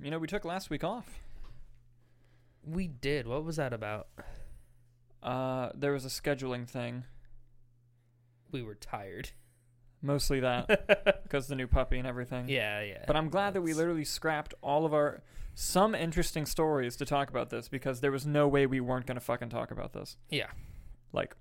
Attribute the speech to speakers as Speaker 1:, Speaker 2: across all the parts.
Speaker 1: You know, we took last week off.
Speaker 2: We did. What was that about?
Speaker 1: Uh, there was a scheduling thing,
Speaker 2: We were tired.
Speaker 1: mostly that,
Speaker 2: yeah,
Speaker 1: because the new puppy and everything.
Speaker 2: yeah.
Speaker 1: But I'm glad that we
Speaker 2: That's-
Speaker 1: literally scrapped all of our some interesting stories to talk about this because there was no way we weren't gonna fucking talk about this.
Speaker 2: Yeah.
Speaker 1: Like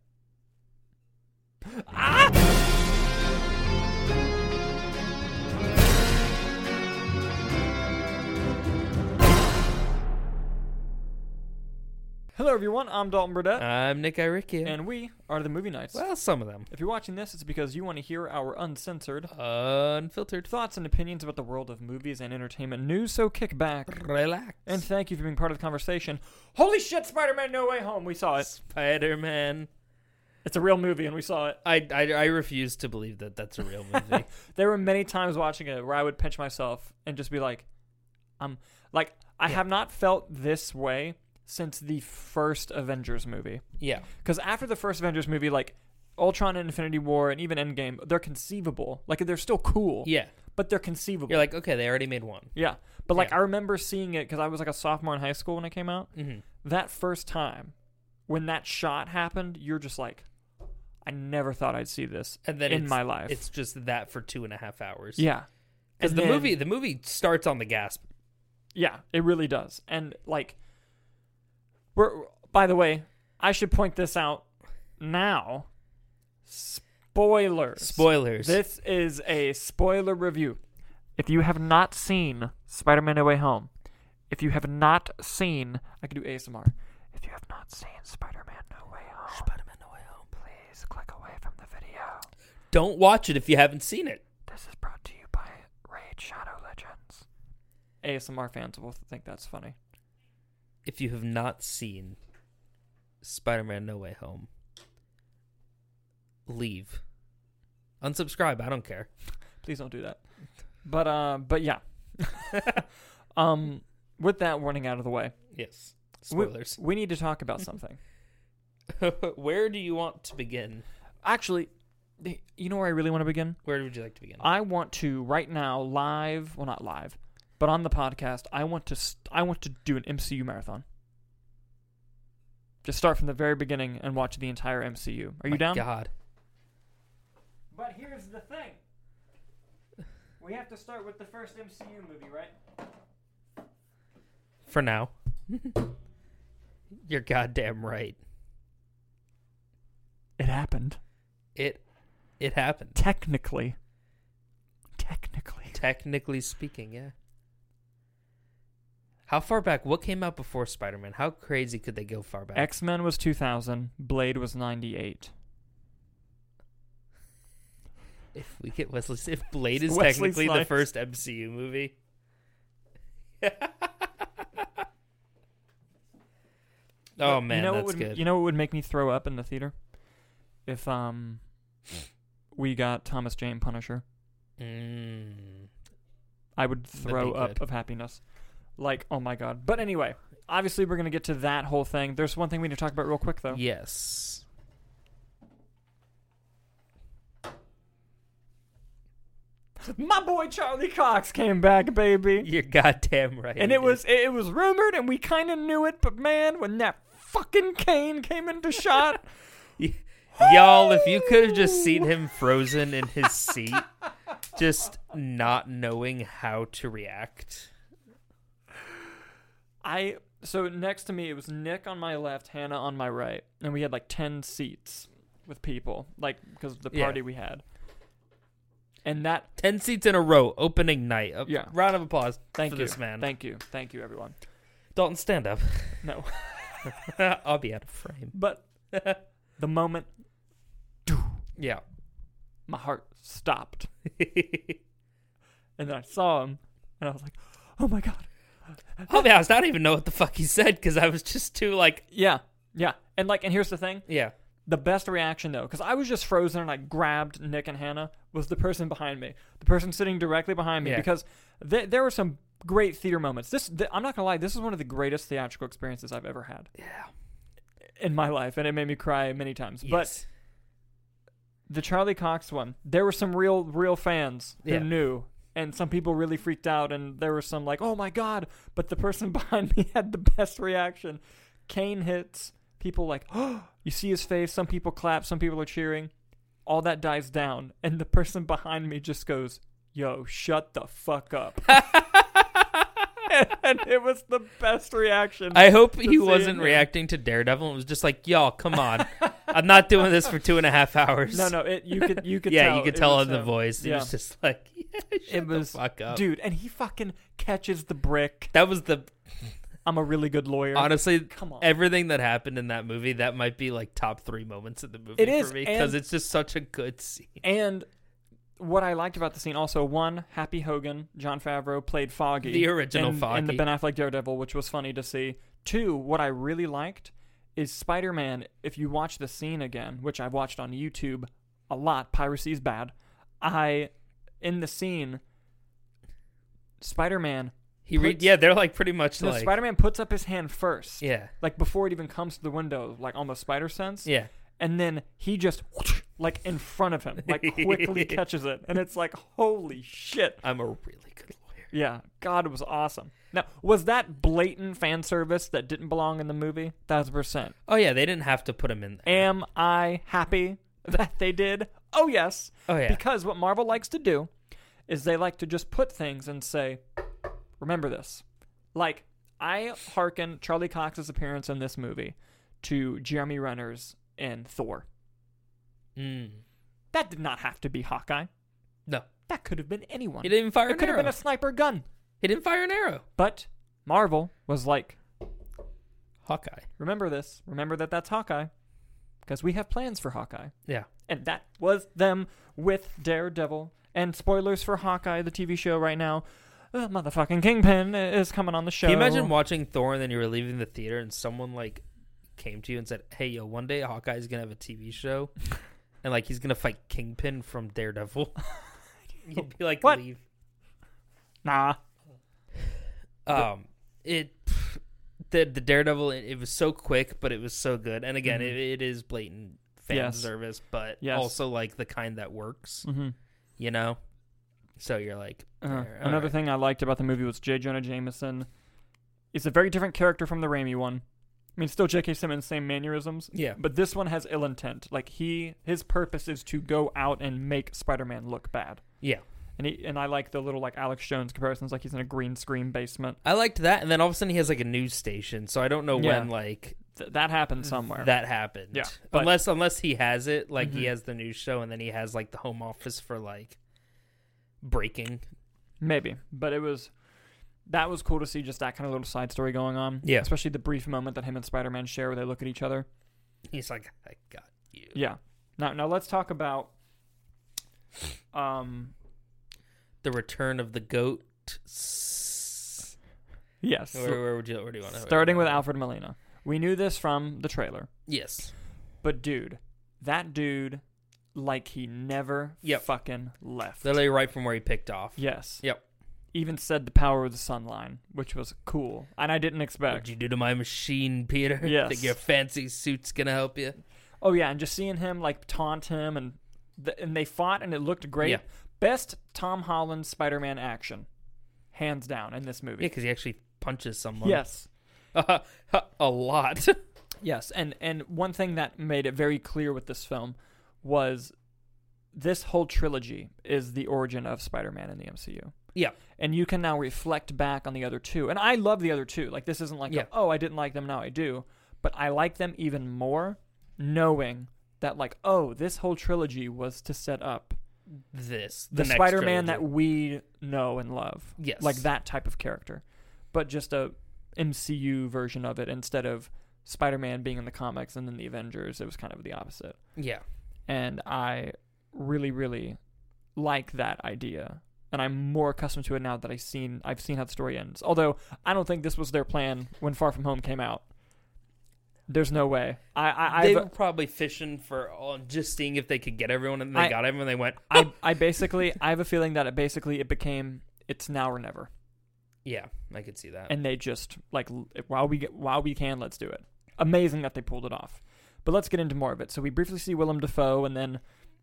Speaker 1: Hello everyone, I'm Dalton Burdett.
Speaker 2: I'm Nick Iricchia.
Speaker 1: and we are the movie nights.
Speaker 2: well, some of them.
Speaker 1: If you're watching this, it's because you want to hear our uncensored
Speaker 2: Unfiltered.
Speaker 1: thoughts and opinions about the world of movies and entertainment news, so kick back
Speaker 2: Relax.
Speaker 1: and thank you for being part of the conversation. Holy shit, Spider Man No Way Home! We saw it.
Speaker 2: Spider Man.
Speaker 1: It's a real movie and we saw it.
Speaker 2: I, I, I refuse to believe that that's a real movie.
Speaker 1: There were many times watching it where I would pinch myself and just be like, um, like, I
Speaker 2: Yeah.
Speaker 1: have not felt this way since the first Avengers movie.
Speaker 2: yeah.
Speaker 1: Because after the first Avengers movie, like, Ultron and Infinity War and even Endgame, they're conceivable. Like, they're still cool,
Speaker 2: Yeah.
Speaker 1: but they're conceivable.
Speaker 2: You're like, okay, they already made one.
Speaker 1: yeah. But, like,
Speaker 2: Yeah.
Speaker 1: I remember seeing it because I was, like, a sophomore in high school when it came out.
Speaker 2: Mm-hmm.
Speaker 1: that first time when that shot happened, you're just like, I never thought I'd see this
Speaker 2: And then
Speaker 1: in
Speaker 2: it's,
Speaker 1: my life.
Speaker 2: it's just that for two and a half hours.
Speaker 1: yeah,
Speaker 2: Because
Speaker 1: And
Speaker 2: the
Speaker 1: then-
Speaker 2: movie the movie starts on the gasp.
Speaker 1: yeah, it really does. And like, we're by the way, I should point this out now. Spoilers.
Speaker 2: Spoilers.
Speaker 1: This is a spoiler review. If you have not seen Spider-Man: No Way Home, if you have not seen, I can do ASMR. If you have not seen Spider-Man: No Way Home,
Speaker 2: Spider-Man No Way Home.
Speaker 1: please click away from the video.
Speaker 2: Don't watch it if you haven't seen it.
Speaker 1: This is brought to you by Raid Shadow Legends. ASMR fans will think that's funny.
Speaker 2: if you have not seen Spider-Man No Way Home, leave. Unsubscribe, I don't care.
Speaker 1: Please don't do that. But uh but yeah. um with that warning out of the way,
Speaker 2: Yes.
Speaker 1: we-
Speaker 2: Spoilers.
Speaker 1: we need to talk about something.
Speaker 2: where do you want to begin?
Speaker 1: Actually, the- you know where I really want to begin?
Speaker 2: Where would you like to begin?
Speaker 1: I want to right now live, well not live, but on the podcast, I want to st- I want to do an MCU marathon. Just start from the very beginning and watch the entire MCU. Are you
Speaker 2: My
Speaker 1: down?
Speaker 2: God.
Speaker 1: But here's the thing. We have to start with the first MCU movie, right?
Speaker 2: For now. You're goddamn right.
Speaker 1: It happened.
Speaker 2: It it happened.
Speaker 1: Technically. Technically.
Speaker 2: Technically speaking, yeah. How far back? What came out before Spider-Man? How crazy could they go far back?
Speaker 1: X Men was 2000, Blade was 98.
Speaker 2: If we get Wesley, if Blade is
Speaker 1: Wesley
Speaker 2: technically the
Speaker 1: Snipes.
Speaker 2: first MCU movie, oh
Speaker 1: But
Speaker 2: man,
Speaker 1: you know
Speaker 2: that's
Speaker 1: what would,
Speaker 2: good.
Speaker 1: You know what would make me throw up in the theater? If um we got Thomas Jane Punisher.
Speaker 2: Mm.
Speaker 1: I would
Speaker 2: That'd be
Speaker 1: throw up
Speaker 2: good.
Speaker 1: of happiness. Like, oh my god. But anyway, obviously we're gonna get to that whole thing. There's one thing we need to talk about real quick though.
Speaker 2: Yes,
Speaker 1: My boy Charlie Cox came back, baby.
Speaker 2: you're goddamn right.
Speaker 1: and
Speaker 2: he
Speaker 1: it
Speaker 2: did.
Speaker 1: was it was rumored, and we kind of knew it. But man, when that fucking Kane came into shot,
Speaker 2: y'all. If you could have just seen him frozen in his seat, just not knowing how to react.
Speaker 1: I so next to me it was Nick on my left, Hannah on my right, and we had like ten seats with people, like because of the
Speaker 2: Yeah.
Speaker 1: party we had. And that
Speaker 2: Ten seats in a row, opening night. A
Speaker 1: Yeah.
Speaker 2: round of applause
Speaker 1: thank
Speaker 2: for
Speaker 1: you,
Speaker 2: this man.
Speaker 1: thank you, thank you, everyone.
Speaker 2: Dalton, stand up.
Speaker 1: No,
Speaker 2: I'll be out of frame.
Speaker 1: but the moment
Speaker 2: Yeah.
Speaker 1: my heart stopped, and then I saw him, and I was like, oh my god.
Speaker 2: I'll be honest, I don't even know what the fuck he said because I was just too like,
Speaker 1: Yeah, yeah. And like, and here's the thing.
Speaker 2: yeah,
Speaker 1: The best reaction though, because I was just frozen and I grabbed Nick and Hannah, was the person behind me, the person sitting directly behind me,
Speaker 2: Yeah.
Speaker 1: because th- there were some great theater moments. This, th- I'm not gonna lie, this is one of the greatest theatrical experiences I've ever had
Speaker 2: yeah.
Speaker 1: in my life, and it made me cry many times.
Speaker 2: Yes.
Speaker 1: But the Charlie Cox one, there were some real, real fans who
Speaker 2: Yeah.
Speaker 1: knew and some people really freaked out and there was some like oh my god but the person behind me had the best reaction kane hits people like oh you see his face some people clap some people are cheering all that dies down and the person behind me just goes yo shut the fuck up and it was the best reaction
Speaker 2: I hope
Speaker 1: see
Speaker 2: he
Speaker 1: it
Speaker 2: wasn't
Speaker 1: now.
Speaker 2: reacting to Daredevil and was just like, y'all, come on. I'm not doing this for two and a half hours.
Speaker 1: no no it you could you could
Speaker 2: yeah,
Speaker 1: tell
Speaker 2: you could
Speaker 1: it
Speaker 2: tell
Speaker 1: was
Speaker 2: in the
Speaker 1: him.
Speaker 2: voice. He
Speaker 1: yeah.
Speaker 2: was just like, yeah, shut
Speaker 1: it was
Speaker 2: the fuck up.
Speaker 1: dude and he fucking catches the brick
Speaker 2: That was the
Speaker 1: i'm a really good lawyer
Speaker 2: honestly
Speaker 1: come on
Speaker 2: everything that happened in that movie. That might be like top three moments of the movie
Speaker 1: It is,
Speaker 2: for me because
Speaker 1: and-
Speaker 2: it's just such a good scene.
Speaker 1: And what I liked about the scene also, one, Happy Hogan, John Favreau played Foggy.
Speaker 2: The original
Speaker 1: and, And the
Speaker 2: Foggy.
Speaker 1: Ben Affleck Daredevil, which was funny to see. Two, what I really liked is Spider Man, if you watch the scene again, which I've watched on YouTube a lot, piracy is bad. I, in the scene, Spider Man,
Speaker 2: He re-
Speaker 1: puts-
Speaker 2: yeah, they're like pretty much
Speaker 1: no,
Speaker 2: like
Speaker 1: Spider Man puts up his hand first.
Speaker 2: yeah,
Speaker 1: Like before it even comes to the window, like almost spider sense
Speaker 2: yeah.
Speaker 1: and then he just whoosh, like in front of him, like quickly catches it, and it's like, holy shit!
Speaker 2: I'm a really good lawyer.
Speaker 1: Yeah, God, it was awesome. Now, was that blatant fan service that didn't belong in the movie? Thousand percent.
Speaker 2: Oh yeah, they didn't have to put him in there.
Speaker 1: Am I happy that they did? Oh yes,
Speaker 2: oh yeah,
Speaker 1: because what Marvel likes to do is they like to just put things and say, remember this. Like I hearken Charlie Cox's appearance in this movie to Jeremy Renner's in Thor.
Speaker 2: Mm.
Speaker 1: That did not have to be Hawkeye.
Speaker 2: no,
Speaker 1: That could have been anyone.
Speaker 2: he didn't fire
Speaker 1: it
Speaker 2: an
Speaker 1: could have
Speaker 2: arrow.
Speaker 1: been a sniper gun.
Speaker 2: he didn't fire an arrow.
Speaker 1: But Marvel was like,
Speaker 2: Hawkeye.
Speaker 1: remember this. Remember that that's Hawkeye. Because we have plans for Hawkeye.
Speaker 2: Yeah.
Speaker 1: And that was them with Daredevil. And spoilers for Hawkeye, the TV show right now. Uh, motherfucking Kingpin is coming on the show.
Speaker 2: Can you imagine watching Thor and then you were leaving the theater and someone like came to you and said, "Hey, yo, one day Hawkeye's gonna have a TV show, and like he's gonna fight Kingpin from Daredevil." You'd be like,
Speaker 1: What?
Speaker 2: "Leave."
Speaker 1: Nah.
Speaker 2: Um, it pff, the the Daredevil. It, it was so quick, but it was so good. And again,
Speaker 1: Mhm.
Speaker 2: it, it is blatant fan
Speaker 1: Yes.
Speaker 2: service, but
Speaker 1: Yes.
Speaker 2: also like the kind that works.
Speaker 1: Mm-hmm.
Speaker 2: You know. So you're like,
Speaker 1: Uh,
Speaker 2: There, all
Speaker 1: another
Speaker 2: right.
Speaker 1: thing I liked about the movie was J. Jonah Jameson. It's a very different character from the Raimi one. I mean, still J.K. Simmons, same mannerisms,
Speaker 2: yeah,
Speaker 1: But this one has ill intent. Like he, his purpose is to go out and make Spider-Man look bad.
Speaker 2: yeah.
Speaker 1: And he, and I like the little like Alex Jones comparisons. Like he's in a green screen basement.
Speaker 2: I liked that, and then all of a sudden he has like a news station. So I don't know
Speaker 1: Yeah.
Speaker 2: when like
Speaker 1: Th- that happened somewhere.
Speaker 2: that happened.
Speaker 1: Yeah, but-
Speaker 2: unless unless he has it, like
Speaker 1: Mhm.
Speaker 2: he has the news show, and then he has like the home office for like breaking.
Speaker 1: Maybe, but it was that was cool to see just that kind of little side story going on.
Speaker 2: Yeah.
Speaker 1: Especially the brief moment that him and Spider-Man share where they look at each other.
Speaker 2: He's like, I got you.
Speaker 1: Yeah. Now, now let's talk about um
Speaker 2: The return of the goat. S-
Speaker 1: yes.
Speaker 2: Where, where would you? Where do you want to?
Speaker 1: starting with Alfred Molina. We knew this from the trailer.
Speaker 2: Yes.
Speaker 1: But dude, that dude, like he never
Speaker 2: Yep.
Speaker 1: fucking left.
Speaker 2: Literally right from where he picked off.
Speaker 1: yes.
Speaker 2: Yep.
Speaker 1: Even said the power of the sun line, which was cool, and I didn't
Speaker 2: What'd
Speaker 1: expect.
Speaker 2: you do to my machine, Peter?
Speaker 1: Yes.
Speaker 2: Think your fancy suit's gonna help you?
Speaker 1: Oh yeah, and just seeing him like taunt him, and th- and they fought, and it looked great.
Speaker 2: Yeah.
Speaker 1: Best Tom Holland Spider-Man action, hands down, in this
Speaker 2: Yeah,
Speaker 1: movie.
Speaker 2: because he actually punches someone.
Speaker 1: Yes.
Speaker 2: a lot.
Speaker 1: Yes, and and one thing that made it very clear with this film was this whole trilogy is the origin of Spider-Man in the MCU.
Speaker 2: Yeah.
Speaker 1: And you can now reflect back on the other two. And I love the other two. Like this isn't like, a,
Speaker 2: Yeah.
Speaker 1: oh, I didn't like them, now I do. But I like them even more knowing that like, oh, this whole trilogy was to set up
Speaker 2: this
Speaker 1: the,
Speaker 2: next
Speaker 1: Spider-Man
Speaker 2: trilogy.
Speaker 1: that we know and love.
Speaker 2: Yes.
Speaker 1: Like that type of character. But just a MCU version of it instead of Spider-Man being in the comics and then the Avengers. It was kind of the opposite.
Speaker 2: Yeah.
Speaker 1: And I really really like that idea. And I'm more accustomed to it now that I've seen I've seen how the story ends. Although I don't think this was their plan when Far From Home came out. There's no way. I I
Speaker 2: they
Speaker 1: I've,
Speaker 2: were probably fishing for all, just seeing if they could get everyone, and they
Speaker 1: I-
Speaker 2: got everyone. They went,
Speaker 1: I I basically I have a feeling that it basically it became it's now or never.
Speaker 2: yeah, I could see that.
Speaker 1: and they just like l- while we get while we can let's do it amazing that they pulled it off but let's get into more of it so we briefly see willem dafoe and then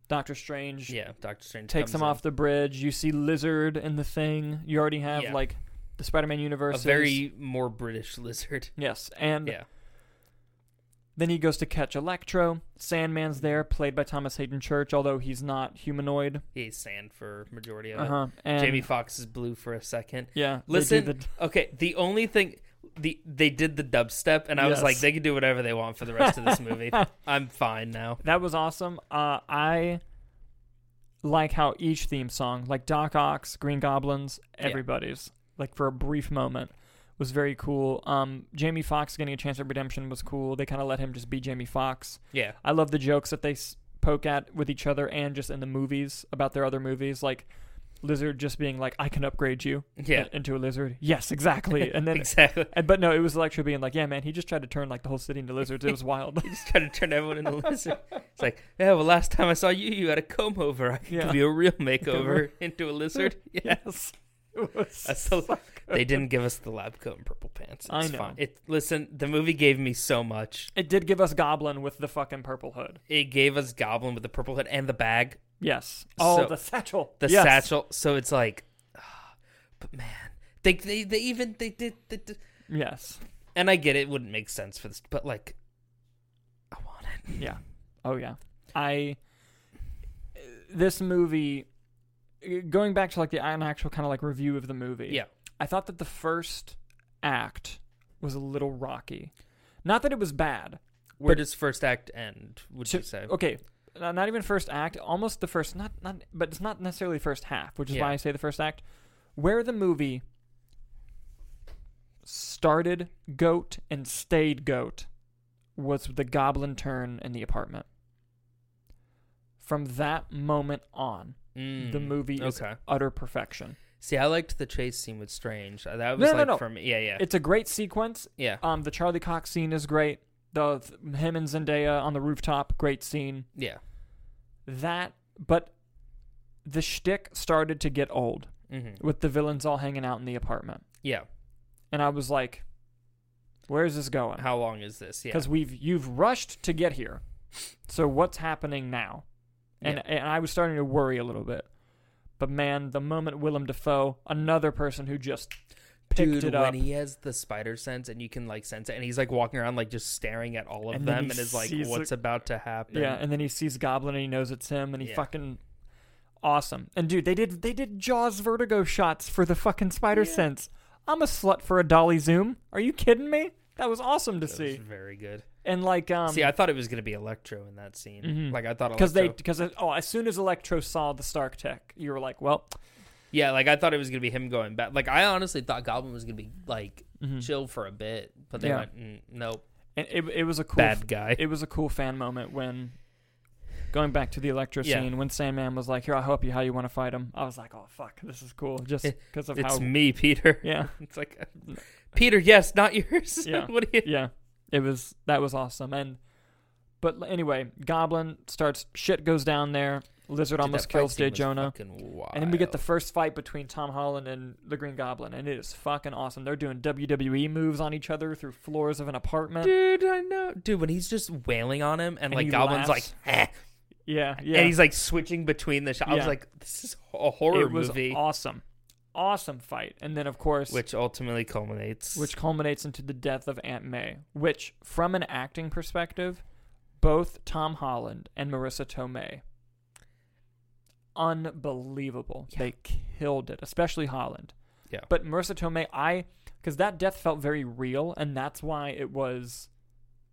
Speaker 1: Doctor Strange
Speaker 2: Yeah, Doctor Strange
Speaker 1: takes
Speaker 2: comes
Speaker 1: him
Speaker 2: in.
Speaker 1: off the bridge. You see Lizard in the thing. You already have
Speaker 2: Yeah.
Speaker 1: like the Spider-Man
Speaker 2: a
Speaker 1: universe.
Speaker 2: very more British lizard.
Speaker 1: yes, and
Speaker 2: Yeah,
Speaker 1: then he goes to catch Electro. Sandman's there, played by Thomas Hayden Church, although he's not humanoid.
Speaker 2: he's sand for majority of
Speaker 1: Uh huh.
Speaker 2: it.
Speaker 1: And
Speaker 2: Jamie Foxx is blue for a second.
Speaker 1: yeah, they do
Speaker 2: Listen,
Speaker 1: the-
Speaker 2: okay. The only thing the they did the dubstep, and I was
Speaker 1: Yes.
Speaker 2: like, they can do whatever they want for the rest of this movie. I'm fine now.
Speaker 1: that was awesome. Uh, I like how each theme song, like Doc Ock's, Green Goblins,
Speaker 2: Yeah.
Speaker 1: everybody's, like for a brief moment, was very cool. Um, Jamie Foxx getting a chance at redemption was cool. They kind of let him just be Jamie Foxx.
Speaker 2: Yeah,
Speaker 1: I love the jokes that they s- poke at with each other and just in the movies about their other movies, like Lizard just being like, "I can upgrade you
Speaker 2: yeah,
Speaker 1: in- into a lizard." Yes, exactly. And then.
Speaker 2: exactly.
Speaker 1: And, but no, it was Electro being like, "Yeah, man, he just tried to turn like the whole city into lizards. It was wild."
Speaker 2: He just tried to turn everyone into a lizard. It's like, yeah, well, last time I saw you, you had a comb over. I could
Speaker 1: Yeah.
Speaker 2: give you a real makeover into a lizard. Yeah.
Speaker 1: yes, it was.
Speaker 2: That's the- they didn't give us the lab coat and purple pants. It's
Speaker 1: I know.
Speaker 2: Fine. It listen, the movie gave me so much.
Speaker 1: It did give us Goblin with the fucking purple hood.
Speaker 2: It gave us Goblin with the purple hood and the bag,
Speaker 1: Yes. Oh,
Speaker 2: So-
Speaker 1: the satchel.
Speaker 2: the
Speaker 1: Yes.
Speaker 2: satchel. So it's like, ah, but man, they they, they even they did, they did.
Speaker 1: Yes.
Speaker 2: And I get it wouldn't make sense for this, but like, I want it.
Speaker 1: Oh yeah. I. This movie, going back to like the an actual kind of like review of the movie.
Speaker 2: Yeah.
Speaker 1: I thought that the first act was a little rocky. Not that it was bad.
Speaker 2: Where
Speaker 1: But-
Speaker 2: does first act end? Would
Speaker 1: So-
Speaker 2: you say?
Speaker 1: Okay. n- Not even first act. Almost the first. Not not. But it's not necessarily first half, which is
Speaker 2: Yeah.
Speaker 1: why I say the first act, where the movie started goat and stayed goat, was the goblin turn in the apartment. From that moment on,
Speaker 2: Mm,
Speaker 1: the movie is
Speaker 2: Okay.
Speaker 1: utter perfection.
Speaker 2: See, I liked the chase scene with Strange. Uh, That
Speaker 1: No,
Speaker 2: was
Speaker 1: no,
Speaker 2: like
Speaker 1: no.
Speaker 2: from yeah, yeah,
Speaker 1: It's a great sequence.
Speaker 2: yeah,
Speaker 1: Um, the Charlie Cox scene is great. The th- him and Zendaya on the rooftop, great scene.
Speaker 2: yeah.
Speaker 1: That, but the shtick started to get old
Speaker 2: Mm-hmm.
Speaker 1: with the villains all hanging out in the apartment,
Speaker 2: Yeah.
Speaker 1: and I was like, "Where is this going?"
Speaker 2: How long is this? Yeah.
Speaker 1: Because we've you've rushed to get here, so what's happening now? And
Speaker 2: Yeah.
Speaker 1: and I was starting to worry a little bit. But man, the moment Willem Dafoe, another person who just picked
Speaker 2: Dude,
Speaker 1: it up,
Speaker 2: when he has the spider sense and you can like sense it, and he's like walking around like just staring at all of
Speaker 1: And then
Speaker 2: them,
Speaker 1: he
Speaker 2: and is like,
Speaker 1: sees
Speaker 2: "What's about to happen?"
Speaker 1: Yeah, and then he sees Goblin and he knows it's him and he
Speaker 2: Yeah.
Speaker 1: fucking awesome. And dude, they did they did Jaws vertigo shots for the fucking spider
Speaker 2: Yeah.
Speaker 1: sense. I'm a slut for a dolly zoom. Are you kidding me? That was awesome to
Speaker 2: That was
Speaker 1: see.
Speaker 2: very good.
Speaker 1: And like um
Speaker 2: see, I thought it was gonna be Electro in that scene.
Speaker 1: Mhm.
Speaker 2: Like I thought
Speaker 1: because they
Speaker 2: Electro.
Speaker 1: because oh as soon as Electro saw the Stark tech, you were like, well,
Speaker 2: Yeah, like I thought it was gonna be him going back. Like I honestly thought Goblin was gonna be like
Speaker 1: mhm.
Speaker 2: chill for a bit, but they
Speaker 1: Yeah.
Speaker 2: went, mm, "Nope,
Speaker 1: and it, it was a cool
Speaker 2: bad guy."
Speaker 1: it was a cool fan moment when going back to the Electro
Speaker 2: Yeah.
Speaker 1: scene when Sandman was like, "Here, I'll help you. How you want to fight him?" I was like, "Oh fuck, this is cool." Just
Speaker 2: It-
Speaker 1: because of how
Speaker 2: it's me, Peter.
Speaker 1: yeah.
Speaker 2: It's like, Peter, yes, not yours.
Speaker 1: Yeah.
Speaker 2: what do you?
Speaker 1: yeah, it was that was awesome. And but l- anyway, Goblin starts shit goes down there. Lizard
Speaker 2: Dude,
Speaker 1: almost
Speaker 2: that fight
Speaker 1: kills
Speaker 2: scene
Speaker 1: Jay
Speaker 2: was
Speaker 1: Jonah,
Speaker 2: fucking
Speaker 1: and then we get the
Speaker 2: wild.
Speaker 1: first fight between Tom Holland and the Green Goblin, and it is fucking awesome. They're doing WWE moves on each other through floors of an apartment.
Speaker 2: dude. I know, dude. When he's just wailing on him, and,
Speaker 1: And
Speaker 2: like
Speaker 1: he
Speaker 2: Goblin's
Speaker 1: laughs.
Speaker 2: like, eh,
Speaker 1: Yeah, yeah,
Speaker 2: and he's like switching between the shots. I was
Speaker 1: Yeah.
Speaker 2: like, this is a horror
Speaker 1: it was
Speaker 2: movie,
Speaker 1: awesome, awesome fight. And then of course,
Speaker 2: which ultimately culminates.
Speaker 1: which culminates into the death of Aunt May, which, from an acting perspective, both Tom Holland and Marissa Tomei, unbelievable. They killed it, especially Holland.
Speaker 2: Yeah.
Speaker 1: But Marissa Tomei, I, because that death felt very real, and that's why it was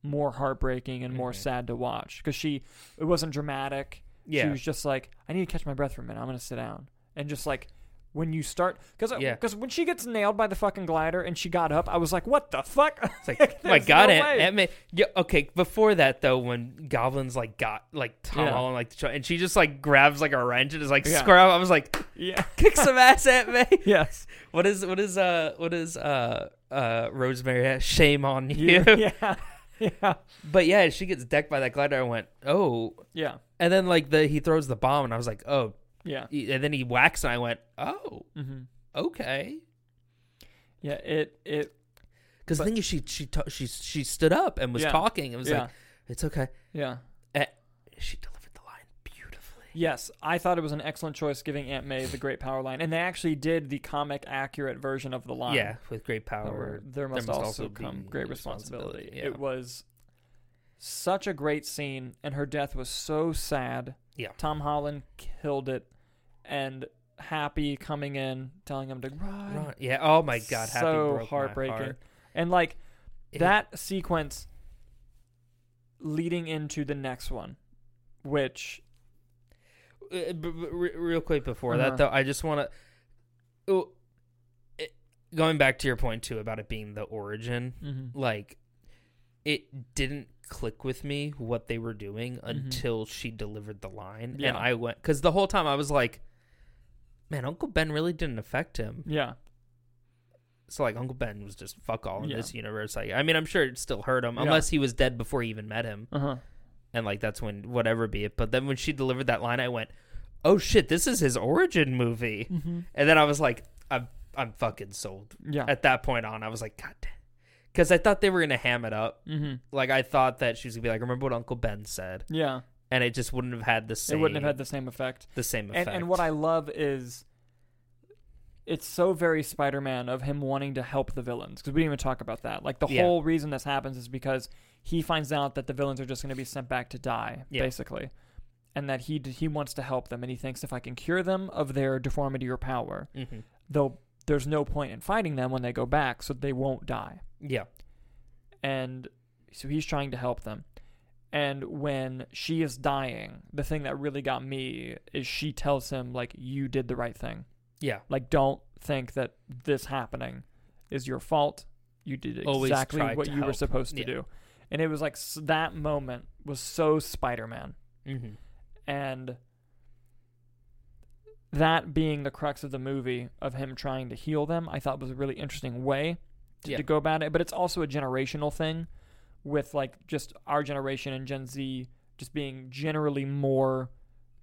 Speaker 1: more heartbreaking and more
Speaker 2: Mhm.
Speaker 1: sad to watch. Because she, it wasn't dramatic. She
Speaker 2: yeah,
Speaker 1: was just like, I need to catch my breath for a minute. I'm going to sit down. And just like, when you start, because
Speaker 2: Yeah.
Speaker 1: when she gets nailed by the fucking glider and she got up, I was like, what the fuck?
Speaker 2: it's like, oh my God,
Speaker 1: no
Speaker 2: Aunt,
Speaker 1: way.
Speaker 2: Aunt May. Yeah, okay. Before that though, when Goblin's like got like Tom
Speaker 1: Yeah.
Speaker 2: Holland like the cho- and she just like grabs like a wrench and is like
Speaker 1: Yeah.
Speaker 2: scrub. I was like,
Speaker 1: yeah.
Speaker 2: kick some ass, Aunt May.
Speaker 1: Yes.
Speaker 2: What is what is uh what is uh uh Rosemary? Shame on you.
Speaker 1: You- yeah. Yeah.
Speaker 2: But yeah, she gets decked by that glider. I went, oh.
Speaker 1: Yeah.
Speaker 2: And then like the he throws the bomb, and I was like, oh.
Speaker 1: Yeah.
Speaker 2: And then he whacks, and I went, oh,
Speaker 1: hmm
Speaker 2: okay.
Speaker 1: Yeah. It, it,
Speaker 2: Because the
Speaker 1: But-
Speaker 2: thing is, she she ta- she she stood up and was
Speaker 1: Yeah.
Speaker 2: talking. It was
Speaker 1: yeah.
Speaker 2: like, it's okay.
Speaker 1: yeah.
Speaker 2: She delivered the line beautifully.
Speaker 1: Yes, I thought it was an excellent choice giving Aunt May the great power line, and they actually did the comic accurate version of the line.
Speaker 2: Yeah, with great
Speaker 1: that were,
Speaker 2: power.
Speaker 1: there must,
Speaker 2: must
Speaker 1: also,
Speaker 2: also
Speaker 1: come
Speaker 2: be
Speaker 1: great responsibility.
Speaker 2: responsibility,
Speaker 1: It
Speaker 2: yeah.
Speaker 1: was such a great scene, and her death was so sad.
Speaker 2: Yeah.
Speaker 1: Tom Holland killed it, and Happy coming in telling him to run.
Speaker 2: Ron- Yeah. Oh my god. Happy
Speaker 1: so
Speaker 2: broke my
Speaker 1: heartbreaking,
Speaker 2: heart.
Speaker 1: and like
Speaker 2: It-
Speaker 1: that sequence leading into the next one, which
Speaker 2: Uh, b- b- re- real quick before
Speaker 1: Uh-huh.
Speaker 2: that though, I just want to. Going back to your point too about it being the origin, like it didn't click with me what they were doing until she delivered the line,
Speaker 1: Mm-hmm. Yeah.
Speaker 2: and I went because the whole time I was like, "Man, Uncle Ben really didn't affect him."
Speaker 1: yeah,
Speaker 2: So like Uncle Ben was just fuck all in
Speaker 1: Yeah.
Speaker 2: this universe. Like I mean, I'm sure it still hurt him
Speaker 1: Yeah.
Speaker 2: unless he was dead before he even met him,
Speaker 1: uh huh.
Speaker 2: and like that's when whatever be it. But then when she delivered that line, I went, "Oh shit, this is his origin movie." And then I was like, I'm I'm fucking sold.
Speaker 1: Yeah.
Speaker 2: Mm-hmm. At that point on, I was like, God damn. Because I thought they were gonna ham it up.
Speaker 1: mm-hmm.
Speaker 2: Like I thought that she was gonna be like, remember what Uncle Ben said,
Speaker 1: Yeah.
Speaker 2: and it just wouldn't have had the same.
Speaker 1: It wouldn't have had the same effect.
Speaker 2: the same effect.
Speaker 1: And and what I love is it's so very Spider-Man of him wanting to help the villains because we didn't even talk about that. Like the
Speaker 2: Yeah.
Speaker 1: whole reason this happens is because he finds out that the villains are just going to be sent back to die,
Speaker 2: Yeah.
Speaker 1: basically, and that he d- he wants to help them, and he thinks if I can cure them of their deformity or power,
Speaker 2: Mhm.
Speaker 1: they'll there's no point in fighting them when they go back, so they won't die.
Speaker 2: Yeah.
Speaker 1: and so he's trying to help them. And when she is dying, the thing that really got me is she tells him like you did the right thing.
Speaker 2: Yeah.
Speaker 1: Like don't think that this happening is your fault. You did
Speaker 2: Always
Speaker 1: exactly
Speaker 2: tried
Speaker 1: what
Speaker 2: to
Speaker 1: you were
Speaker 2: help.
Speaker 1: supposed to
Speaker 2: Yeah.
Speaker 1: do. And it was like s- that moment was so Spider-Man
Speaker 2: hmm
Speaker 1: and that being the crux of the movie of him trying to heal them, I thought was a really interesting way to,
Speaker 2: Yeah.
Speaker 1: to go about it. But it's also a generational thing with like just our generation and Gen Z just being generally more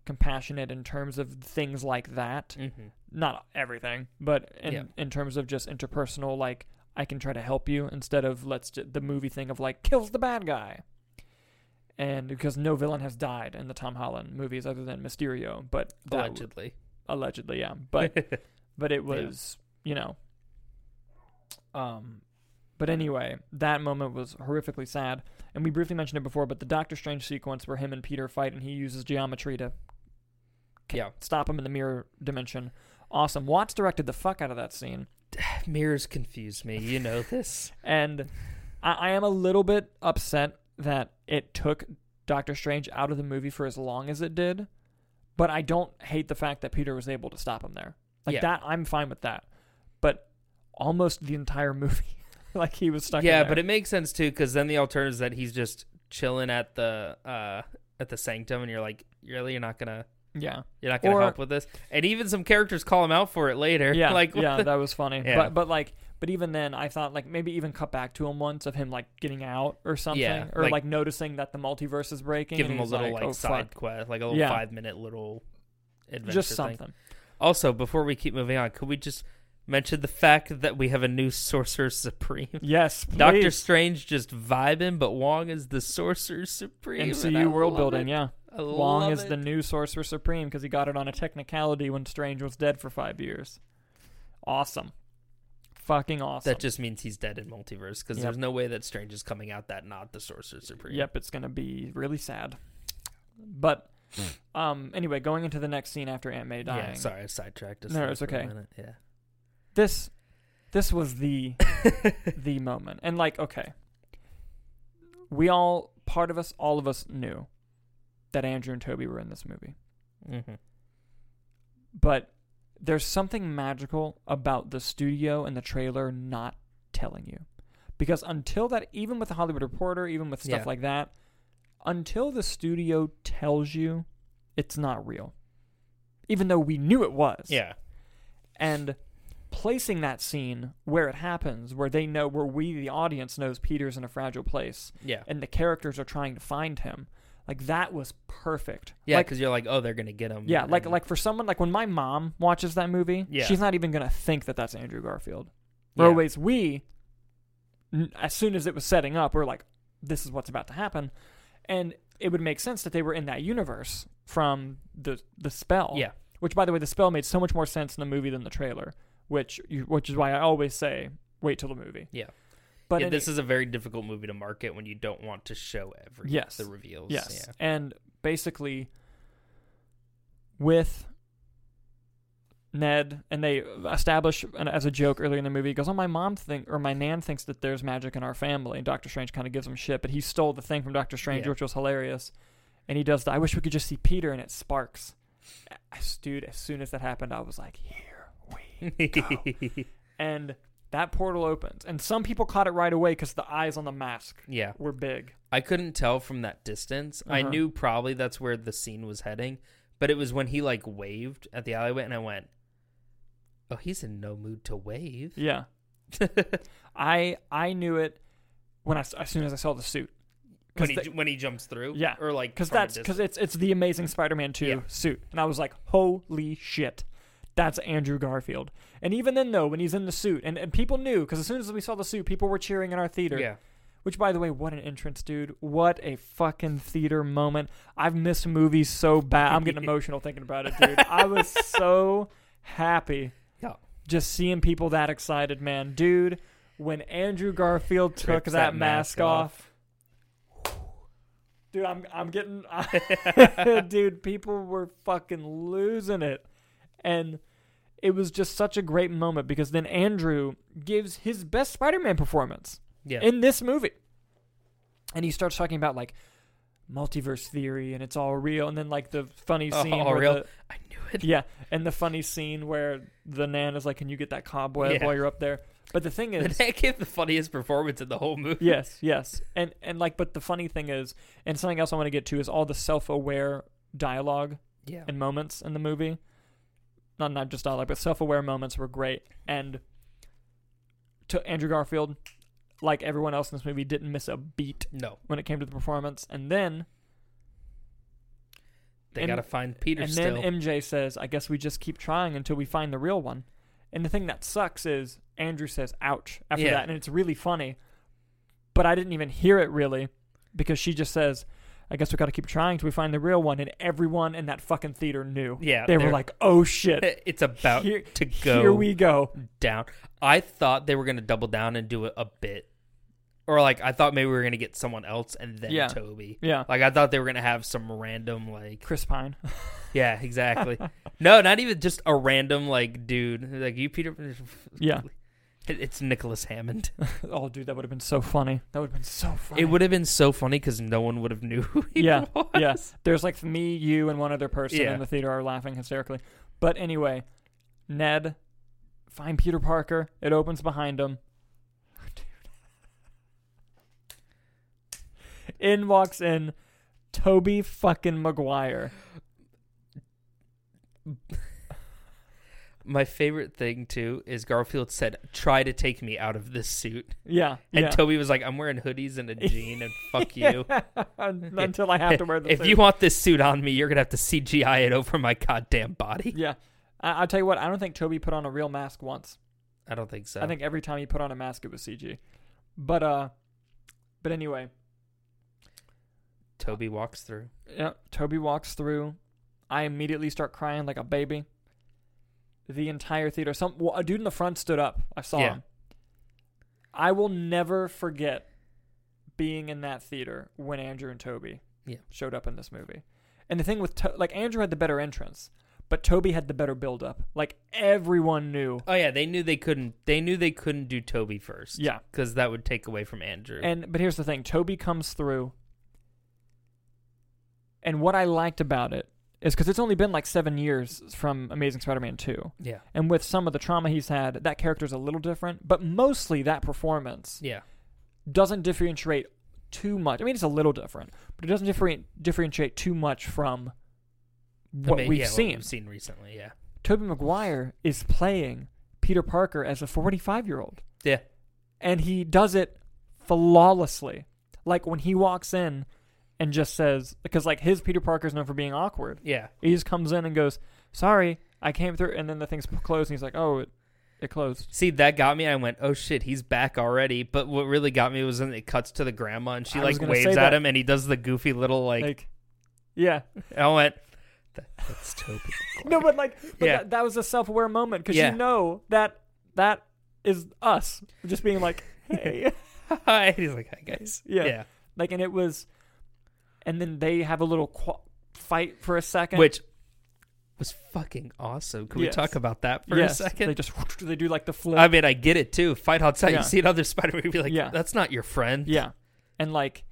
Speaker 1: compassionate in terms of things like that.
Speaker 2: hmm
Speaker 1: Not everything, but in,
Speaker 2: Yeah.
Speaker 1: in terms of just interpersonal, like I can try to help you instead of let's ju- the movie thing of like kills the bad guy and because no villain has died in the Tom Holland movies other than Mysterio, but that, allegedly, allegedly
Speaker 2: Allegedly.
Speaker 1: yeah, but but it was you know, um, but anyway, that moment was horrifically sad, and we briefly mentioned it before, but the Doctor Strange sequence where him and Peter fight and he uses geometry to ca-
Speaker 2: Yeah.
Speaker 1: stop him in the mirror dimension, awesome. Watts directed the fuck out of that scene,
Speaker 2: mirrors confuse me. You know this.
Speaker 1: and I, I am a little bit upset that it took Doctor Strange out of the movie for as long as it did, but I don't hate the fact that Peter was able to stop him there. Like
Speaker 2: Yeah.
Speaker 1: that, I'm fine with that. But almost the entire movie, like he was stuck.
Speaker 2: yeah,
Speaker 1: in there.
Speaker 2: but it makes sense too because then the alternative is that he's just chilling at the uh at the sanctum, and you're like, really, you're not gonna.
Speaker 1: yeah,
Speaker 2: You're not gonna
Speaker 1: Or-
Speaker 2: help with this, and even some characters call him out for it later.
Speaker 1: yeah,
Speaker 2: like what
Speaker 1: yeah,
Speaker 2: the-
Speaker 1: that was funny.
Speaker 2: Yeah.
Speaker 1: But but like, but even then, I thought like maybe even cut back to him once of him like getting out or something,
Speaker 2: Yeah,
Speaker 1: or like,
Speaker 2: like-
Speaker 1: noticing that the multiverse is breaking.
Speaker 2: give
Speaker 1: and
Speaker 2: him a
Speaker 1: he's
Speaker 2: little like
Speaker 1: oh,
Speaker 2: side
Speaker 1: fuck.
Speaker 2: quest, like a little
Speaker 1: Yeah.
Speaker 2: five minute little adventure.
Speaker 1: just
Speaker 2: thing.
Speaker 1: something.
Speaker 2: Also, before we keep moving on, could we just mention the fact that we have a new Sorcerer Supreme?
Speaker 1: Yes,
Speaker 2: Doctor
Speaker 1: please.
Speaker 2: Strange just vibing, but Wong is the Sorcerer Supreme. and I
Speaker 1: MCU world
Speaker 2: love
Speaker 1: building,
Speaker 2: it.
Speaker 1: yeah.
Speaker 2: I
Speaker 1: Wong
Speaker 2: love
Speaker 1: is the
Speaker 2: it.
Speaker 1: new Sorcerer Supreme because he got it on a technicality when Strange was dead for five years. Awesome. Fucking awesome.
Speaker 2: That just means he's dead in multiverse because
Speaker 1: Yep.
Speaker 2: there's no way that Strange is coming out that not the Sorcerer Supreme.
Speaker 1: yep, it's going to be really sad. But um, anyway, going into the next scene after Aunt May dying.
Speaker 2: Hmm. Yeah, sorry, I sidetracked. us
Speaker 1: No,
Speaker 2: there
Speaker 1: it's
Speaker 2: for a
Speaker 1: okay.
Speaker 2: minute,
Speaker 1: This this was the
Speaker 2: Yeah.
Speaker 1: the moment. And like, okay. We all part of us, all of us knew that Andrew and Toby were in this movie.
Speaker 2: Mhm.
Speaker 1: but there's something magical about the studio and the trailer not telling you. Because until that, even with the Hollywood Reporter, even with stuff
Speaker 2: Yeah.
Speaker 1: like that, until the studio tells you, it's not real. Even though we knew it was.
Speaker 2: Yeah.
Speaker 1: And placing that scene where it happens, where they know, where we, the audience, knows Peter's in a fragile place
Speaker 2: Yeah.
Speaker 1: and the characters are trying to find him, like that was perfect.
Speaker 2: Yeah,
Speaker 1: Like,
Speaker 2: because you're like, oh, they're gonna get him.
Speaker 1: yeah, like
Speaker 2: and-
Speaker 1: like for someone like when my mom watches that movie,
Speaker 2: Yeah.
Speaker 1: she's not even gonna think that that's Andrew Garfield.
Speaker 2: Yeah.
Speaker 1: Where always we, n- as soon as it was setting up, we're like, this is what's about to happen, and it would make sense that they were in that universe from the the spell.
Speaker 2: Yeah.
Speaker 1: Which, by the way, the spell made so much more sense in the movie than the trailer, which you, which is why I always say wait till the movie.
Speaker 2: Yeah.
Speaker 1: But
Speaker 2: yeah,
Speaker 1: any-
Speaker 2: this is a very difficult movie to market when you don't want to show every
Speaker 1: Yes.
Speaker 2: the reveals.
Speaker 1: Yes.
Speaker 2: Yeah.
Speaker 1: And basically, with Ned, and they establish an, as a joke earlier in the movie, he goes, Oh, my mom think or my nan thinks that there's magic in our family. And Doctor Strange kind of gives him shit, but he stole the thing from Doctor Strange,
Speaker 2: Yeah.
Speaker 1: which was hilarious. And he does the I wish we could just see Peter, and it sparks. As, dude, as soon as that happened, I was like, Here we And that portal opens. And some people caught it right away because the eyes on the mask
Speaker 2: yeah.
Speaker 1: were big.
Speaker 2: I couldn't tell from that distance. I
Speaker 1: Uh-huh.
Speaker 2: knew probably that's where the scene was heading, but it was when he like waved at the alleyway and I went, "Oh, he's in no mood to wave."
Speaker 1: Yeah. I I knew it when I s- as soon as I saw the suit
Speaker 2: when he
Speaker 1: the-
Speaker 2: ju- when he jumps through.
Speaker 1: Yeah.
Speaker 2: Or like
Speaker 1: because
Speaker 2: from a
Speaker 1: that's because
Speaker 2: distance.
Speaker 1: it's it's the Amazing Spider-Man two
Speaker 2: Yeah.
Speaker 1: suit, and I was like, holy shit, that's Andrew Garfield. And even then though, when he's in the suit, and, and people knew because as soon as we saw the suit, people were cheering in our theater.
Speaker 2: yeah.
Speaker 1: Which by the way, what an entrance, dude! What a fucking theater moment. I've missed movies so bad. I'm getting emotional thinking about it, dude. I was so happy.
Speaker 2: Yeah.
Speaker 1: just seeing people that excited, man. Dude, when Andrew Garfield took
Speaker 2: Rips
Speaker 1: that,
Speaker 2: that
Speaker 1: mask,
Speaker 2: mask
Speaker 1: off, dude, I'm I'm getting, I, dude, people were fucking losing it, and it was just such a great moment because then Andrew gives his best Spider-Man performance
Speaker 2: Yeah.
Speaker 1: in this movie. And he starts talking about like multiverse theory and it's all real and then like the funny
Speaker 2: Oh,
Speaker 1: scene
Speaker 2: all
Speaker 1: where
Speaker 2: real?
Speaker 1: the-
Speaker 2: I knew it.
Speaker 1: yeah, and the funny scene where the nan is like, "Can you get that cobweb
Speaker 2: Yeah.
Speaker 1: while you're up there?" But the thing
Speaker 2: The
Speaker 1: is,
Speaker 2: That gave the funniest performance in the whole movie.
Speaker 1: yes, yes, and and like, but the funny thing is, and something else I want to get to is all the self-aware dialogue
Speaker 2: Yeah.
Speaker 1: and moments in the movie. Not not just dialogue, but self-aware moments were great. And to Andrew Garfield, like everyone else in this movie, didn't miss a beat
Speaker 2: No.
Speaker 1: when it came to the performance. And then
Speaker 2: They
Speaker 1: And-
Speaker 2: got to find Peter
Speaker 1: and
Speaker 2: still.
Speaker 1: then MJ says, I guess we just keep trying until we find the real one. And the thing that sucks is Andrew says, ouch, after
Speaker 2: Yeah.
Speaker 1: that. And it's really funny. But I didn't even hear it really because she just says, I guess we got to keep trying till we find the real one. And everyone in that fucking theater knew.
Speaker 2: yeah.
Speaker 1: they were
Speaker 2: they're-
Speaker 1: like, oh shit,
Speaker 2: it's about
Speaker 1: Here-
Speaker 2: to go
Speaker 1: here we go.
Speaker 2: down. I thought they were going to double down and do a, a bit. Or like I thought maybe we were going to get someone else and then
Speaker 1: Yeah.
Speaker 2: Toby.
Speaker 1: Yeah.
Speaker 2: Like I thought they were going to have some random like
Speaker 1: Chris Pine.
Speaker 2: Yeah, exactly. no, not even just a random like dude. Like you Peter
Speaker 1: Yeah.
Speaker 2: It- It's Nicholas Hammond.
Speaker 1: oh, dude, that would have been so funny. That would have been so funny.
Speaker 2: It would have been so funny because no one would have knew who he
Speaker 1: Yeah,
Speaker 2: was.
Speaker 1: yeah. There's like me, you, and one other person
Speaker 2: Yeah.
Speaker 1: in the theater are laughing hysterically. But anyway, Ned, find Peter Parker. It opens behind him. in walks in Toby fucking Maguire.
Speaker 2: My favorite thing too is Garfield said, "Try to take me out of this suit,"
Speaker 1: Yeah.
Speaker 2: and
Speaker 1: yeah.
Speaker 2: Toby was like, "I'm wearing hoodies and a jean, and fuck you."
Speaker 1: Until I have to wear the
Speaker 2: if
Speaker 1: suit.
Speaker 2: you want this suit on me, you're gonna have to CGI it over my goddamn body.
Speaker 1: yeah. I- I'll tell you what, I don't think Toby put on a real mask once.
Speaker 2: I don't think so.
Speaker 1: I think every time he put on a mask, it was CG. But, uh, but anyway,
Speaker 2: Toby walks through.
Speaker 1: Yeah, Toby walks through. I immediately start crying like a baby. The entire theater. Some well, a dude in the front stood up. I saw
Speaker 2: Yeah.
Speaker 1: him. I will never forget being in that theater when Andrew and Toby
Speaker 2: Yeah.
Speaker 1: showed up in this movie. And the thing with to- like Andrew had the better entrance, but Toby had the better build up. Like everyone knew.
Speaker 2: Oh yeah, they knew they couldn't. They knew they couldn't do Toby first.
Speaker 1: Yeah.
Speaker 2: because that would take away from Andrew.
Speaker 1: And but here's the thing, Toby comes through. And what I liked about it is because it's only been like seven years from Amazing Spider-Man two,
Speaker 2: yeah,
Speaker 1: and with some of the trauma he's had, that character's a little different. But mostly that performance
Speaker 2: yeah,
Speaker 1: doesn't differentiate too much. I mean, it's a little different, but it doesn't different, differentiate too much from what
Speaker 2: Ama-
Speaker 1: we've
Speaker 2: yeah,
Speaker 1: seen.
Speaker 2: we've seen recently. Yeah,
Speaker 1: Toby Maguire is playing Peter Parker as a 45 year old.
Speaker 2: Yeah.
Speaker 1: And he does it flawlessly. Like when he walks in and just says, because like his Peter Parker's known for being awkward.
Speaker 2: yeah,
Speaker 1: He just comes in and goes, Sorry, I came through. And then the thing's closed. And he's like, Oh, it, it closed.
Speaker 2: See, that got me. I went, oh shit, he's back already. But what really got me was when it cuts to the grandma and she
Speaker 1: I was
Speaker 2: like
Speaker 1: gonna
Speaker 2: waves
Speaker 1: say
Speaker 2: at
Speaker 1: that.
Speaker 2: him and he does the goofy little like.
Speaker 1: Like, yeah.
Speaker 2: I went, That, that's Toby.
Speaker 1: No, but like, but
Speaker 2: Yeah.
Speaker 1: that, that was a self-aware moment because
Speaker 2: Yeah.
Speaker 1: you know that that is us just being like, hey,
Speaker 2: hi. He's like, hi guys.
Speaker 1: Yeah.
Speaker 2: yeah.
Speaker 1: like, and it was, and then they have a little qu- fight for a second,
Speaker 2: Which was fucking awesome. Can
Speaker 1: Yes.
Speaker 2: we talk about that for
Speaker 1: Yes,
Speaker 2: a second?
Speaker 1: They just they do like the flip,
Speaker 2: I mean, I get it too. Fight outside.
Speaker 1: Yeah.
Speaker 2: You see another spider, you'd be like,
Speaker 1: Yeah.
Speaker 2: that's not your friend.
Speaker 1: yeah, and like,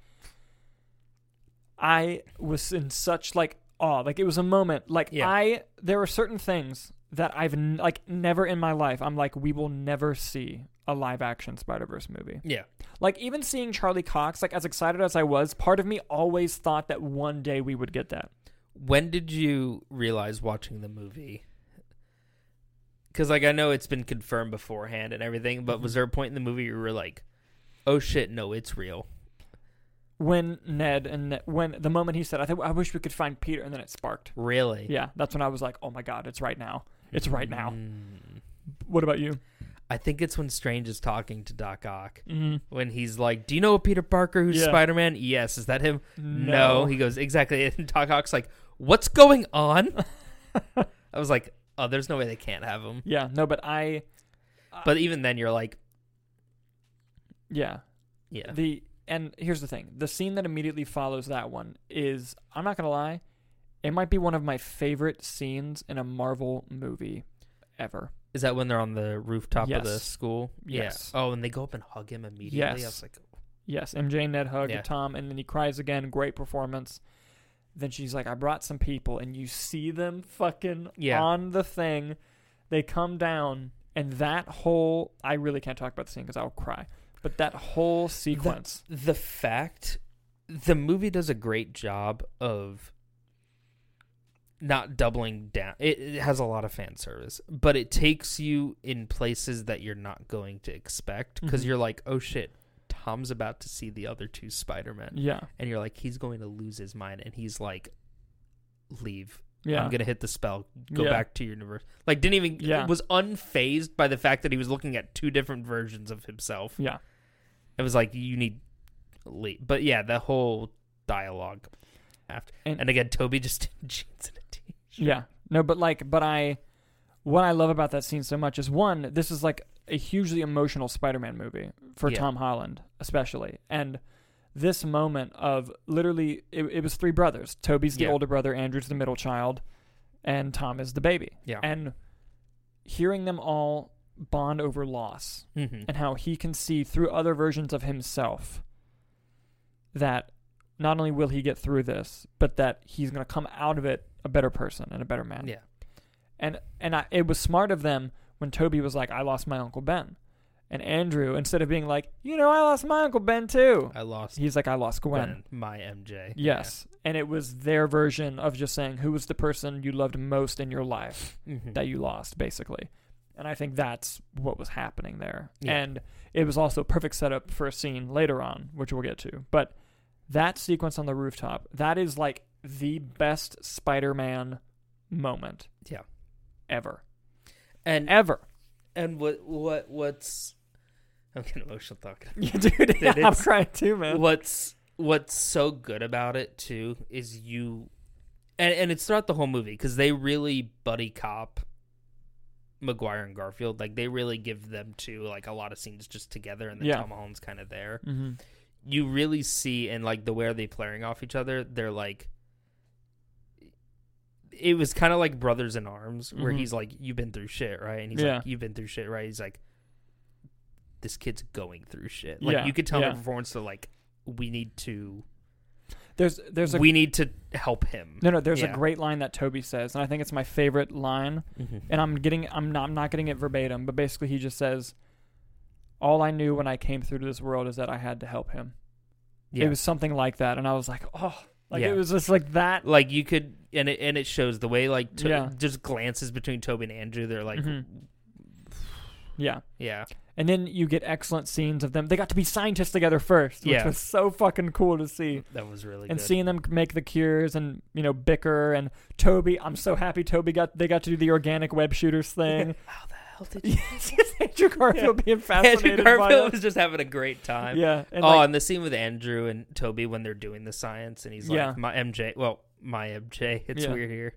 Speaker 1: I was in such like awe, like it was a moment, like
Speaker 2: Yeah.
Speaker 1: I there were certain things that I've n- like never in my life I'm like we will never see a live action Spider Verse movie.
Speaker 2: Yeah.
Speaker 1: Like even seeing Charlie Cox, like as excited as I was, part of me always thought that one day we would get that.
Speaker 2: When did you realize watching the movie? Because, like, I know it's been confirmed beforehand and everything, but
Speaker 1: Mm-hmm.
Speaker 2: was there a point in the movie where you were like, oh shit, no, it's real?
Speaker 1: When Ned and Ne- when the moment he said, "I think I wish we could find Peter," and then it sparked.
Speaker 2: Really?
Speaker 1: Yeah, that's when I was like, "Oh my god, it's right now! It's right now!"
Speaker 2: Mm.
Speaker 1: What about you?
Speaker 2: I think it's when Strange is talking to Doc Ock
Speaker 1: Mm-hmm.
Speaker 2: when he's like, Do you know Peter Parker who's
Speaker 1: Yeah.
Speaker 2: Spider Man? Yes. Is that him?
Speaker 1: No.
Speaker 2: No. He goes, Exactly. And Doc Ock's like, What's going on? I was like, Oh, there's no way they can't have him.
Speaker 1: Yeah, no, but I,
Speaker 2: But even then, you're like,
Speaker 1: yeah,
Speaker 2: Yeah.
Speaker 1: the and here's the thing: the scene that immediately follows that one is, I'm not gonna lie, it might be one of my favorite scenes in a Marvel movie ever.
Speaker 2: Is that when they're on the rooftop of the
Speaker 1: Yes.
Speaker 2: school? Yeah.
Speaker 1: Yes.
Speaker 2: Oh, and they go up and hug him immediately. I
Speaker 1: Yes.
Speaker 2: was like,
Speaker 1: Yes, MJ and Ned hug
Speaker 2: Yeah.
Speaker 1: Tom, and then he cries again. Great performance. Then she's like, "I brought some people," and you see them fucking
Speaker 2: Yeah.
Speaker 1: on the thing. They come down, and that whole I really can't talk about the scene because I'll cry. But that whole sequence,
Speaker 2: The fact the movie does a great job of not doubling down. It, it has a lot of fan service, but it takes you in places that you're not going to expect because
Speaker 1: Mhm.
Speaker 2: you're like, oh shit, Tom's about to see the other two Spider Men.
Speaker 1: yeah,
Speaker 2: And you're like, he's going to lose his mind. And he's like, leave.
Speaker 1: yeah,
Speaker 2: I'm gonna hit the spell. Go
Speaker 1: Yeah.
Speaker 2: back to your universe. Like didn't even
Speaker 1: Yeah.
Speaker 2: was unfazed by the fact that he was looking at two different versions of himself.
Speaker 1: yeah.
Speaker 2: It was like you need leave. But yeah, the whole dialogue after
Speaker 1: And-
Speaker 2: and, again Toby just in jeans and a t
Speaker 1: Yeah. No, but like, but I, what I love about that scene so much is one, this is like a hugely emotional Spider-Man movie for
Speaker 2: Yeah.
Speaker 1: Tom Holland, especially, and this moment of literally, it, it was three brothers. Toby's the
Speaker 2: Yeah.
Speaker 1: older brother, Andrew's the middle child, and Tom is the baby.
Speaker 2: Yeah.
Speaker 1: And hearing them all bond over loss
Speaker 2: Mhm.
Speaker 1: and how he can see through other versions of himself that not only will he get through this, but that he's going to come out of it a better person and a better man.
Speaker 2: Yeah.
Speaker 1: And and I, it was smart of them when Toby was like, "I lost my uncle Ben," and Andrew instead of being like, "You know, I lost my uncle Ben too,"
Speaker 2: I lost
Speaker 1: he's like, "I lost Gwen."
Speaker 2: Gwen, my MJ.
Speaker 1: Yes, and it was their version of just saying, "Who was the person you loved most in your life?"
Speaker 2: Yeah. Mhm.
Speaker 1: that you lost, basically. And I think that's what was happening there.
Speaker 2: Yeah.
Speaker 1: And it was also a perfect setup for a scene later on, which we'll get to. But that sequence on the rooftop, that is like the best Spider Man moment.
Speaker 2: Yeah.
Speaker 1: Ever.
Speaker 2: And
Speaker 1: Ever.
Speaker 2: and what what what's I'm getting emotional talking.
Speaker 1: Yeah, dude, yeah, I'm
Speaker 2: it's-
Speaker 1: crying too, man.
Speaker 2: what's what's so good about it too is you and, and it's throughout the whole movie because they really buddy cop mcguire and garfield like they really give them to like a lot of scenes just together and then
Speaker 1: Yeah.
Speaker 2: tom holland's kind of there
Speaker 1: hmm
Speaker 2: you really see and like the way they're playing off each other they're like it was kind of like brothers in arms where
Speaker 1: Mhm.
Speaker 2: he's like you've been through shit right and he's
Speaker 1: Yeah.
Speaker 2: like you've been through shit right he's like this kid's going through shit like
Speaker 1: Yeah,
Speaker 2: you could tell
Speaker 1: yeah.
Speaker 2: the performance to like we need to
Speaker 1: There's, there's a
Speaker 2: we need to help him
Speaker 1: no, no. There's a
Speaker 2: yeah.
Speaker 1: great line that Toby says, and I think it's my favorite line. and I'm getting I'm not I'm not getting it verbatim, but basically he just says, "All I knew when I came through to this world is that I had to help him."
Speaker 2: yeah.
Speaker 1: It was something like that, and I was like, "Oh, like
Speaker 2: Yeah.
Speaker 1: it was just like that."
Speaker 2: like you could and it and it shows the way like to,
Speaker 1: Yeah.
Speaker 2: just glances between toby and andrew they're like
Speaker 1: Mhm. Yeah,
Speaker 2: yeah
Speaker 1: and then you get excellent scenes of them. They got to be scientists together first, which
Speaker 2: Yeah.
Speaker 1: was so fucking cool to see.
Speaker 2: that was really
Speaker 1: And
Speaker 2: good
Speaker 1: seeing them make the cures and you know bicker and Toby, I'm so happy Toby got they got to do the organic web shooters thing.
Speaker 2: how the hell did you
Speaker 1: yes, yes, Andrew Garfield being
Speaker 2: Andrew
Speaker 1: fascinated by
Speaker 2: Garfield
Speaker 1: it.
Speaker 2: was just having a great time.
Speaker 1: Yeah, and
Speaker 2: oh,
Speaker 1: like,
Speaker 2: and the scene with Andrew and Toby when they're doing the science, and he's
Speaker 1: Yeah.
Speaker 2: like, "My MJ, well, my MJ, it's
Speaker 1: Yeah.
Speaker 2: weird here."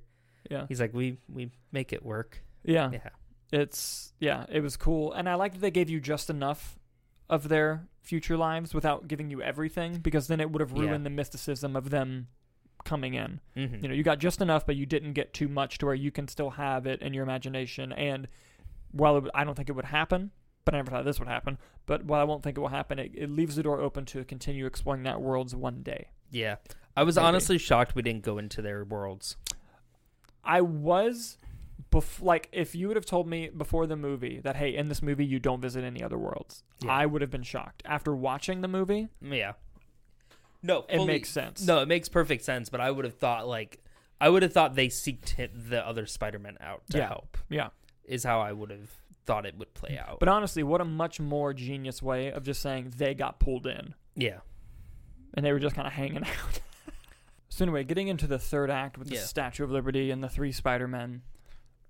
Speaker 1: Yeah.
Speaker 2: He's like, we we make it work.
Speaker 1: Yeah.
Speaker 2: Yeah.
Speaker 1: It's yeah, it was cool, and I like that they gave you just enough of their future lives without giving you everything, because then it would have
Speaker 2: Yeah.
Speaker 1: ruined the mysticism of them coming in.
Speaker 2: Mm-hmm.
Speaker 1: You know, you got just enough, but you didn't get too much to where you can still have it in your imagination. And while it, would- I don't think it would happen, but I never thought this would happen. But while I won't think it will happen, it, it leaves the door open to continue exploring that world's one day.
Speaker 2: yeah. I was
Speaker 1: Maybe.
Speaker 2: honestly shocked we didn't go into their worlds.
Speaker 1: I was, bef- like, if you would have told me before the movie that, hey, in this movie you don't visit any other worlds,
Speaker 2: Yeah.
Speaker 1: I would have been shocked. After watching the movie,
Speaker 2: Yeah. No,
Speaker 1: it
Speaker 2: fully-
Speaker 1: makes sense.
Speaker 2: No, it makes perfect sense. But I would have thought like I would have thought they seeked him, the other Spider-Man out to
Speaker 1: Yeah.
Speaker 2: help.
Speaker 1: Yeah.
Speaker 2: Is how I would have thought it would play out.
Speaker 1: But honestly, what a much more genius way of just saying they got pulled in.
Speaker 2: yeah.
Speaker 1: and they were just kind of hanging out. so anyway, getting into the third act with the
Speaker 2: Yeah.
Speaker 1: Statue of Liberty and the three Spider Men.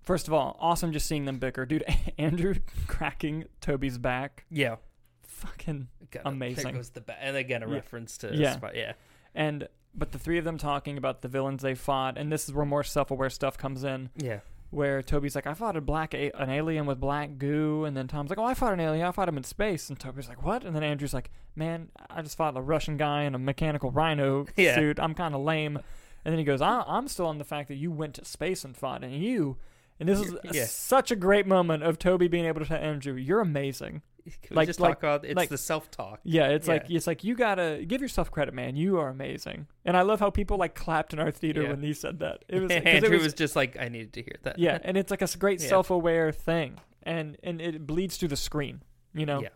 Speaker 1: First of all, awesome just seeing them bicker, dude. Andrew cracking Toby's back,
Speaker 2: Yeah.
Speaker 1: fucking
Speaker 2: Got it.
Speaker 1: Amazing.
Speaker 2: There goes the ba- and again a
Speaker 1: Yeah.
Speaker 2: reference to
Speaker 1: Yeah.
Speaker 2: yeah. yeah.
Speaker 1: and but the three of them talking about the villains they fought, and this is where more self aware stuff comes in.
Speaker 2: Yeah.
Speaker 1: Where Toby's like, I fought a black a- an alien with black goo, and then Tom's like, Oh, I fought an alien. I fought him in space, and Toby's like, What? And then Andrew's like, Man, I just fought a Russian guy in a mechanical rhino
Speaker 2: Yeah.
Speaker 1: suit. I'm kind of lame. And then he goes, I- I'm still on the fact that you went to space and fought, and you. And this is
Speaker 2: Yeah.
Speaker 1: such a great moment of Toby being able to tell Andrew, "You're amazing."
Speaker 2: Can
Speaker 1: Like-
Speaker 2: we just
Speaker 1: like-
Speaker 2: talk about it's
Speaker 1: like-
Speaker 2: the self talk.
Speaker 1: Yeah, it's
Speaker 2: Yeah.
Speaker 1: like it's like you gotta give yourself credit, man. You are amazing. And I love how people like clapped in our theater
Speaker 2: Yeah.
Speaker 1: when he said that. It was 'cause
Speaker 2: Andrew
Speaker 1: it
Speaker 2: was,
Speaker 1: was
Speaker 2: just like, I needed to hear that.
Speaker 1: yeah and it's like a s- great
Speaker 2: Yeah.
Speaker 1: self-aware thing and and it bleeds through the screen you know
Speaker 2: Yeah.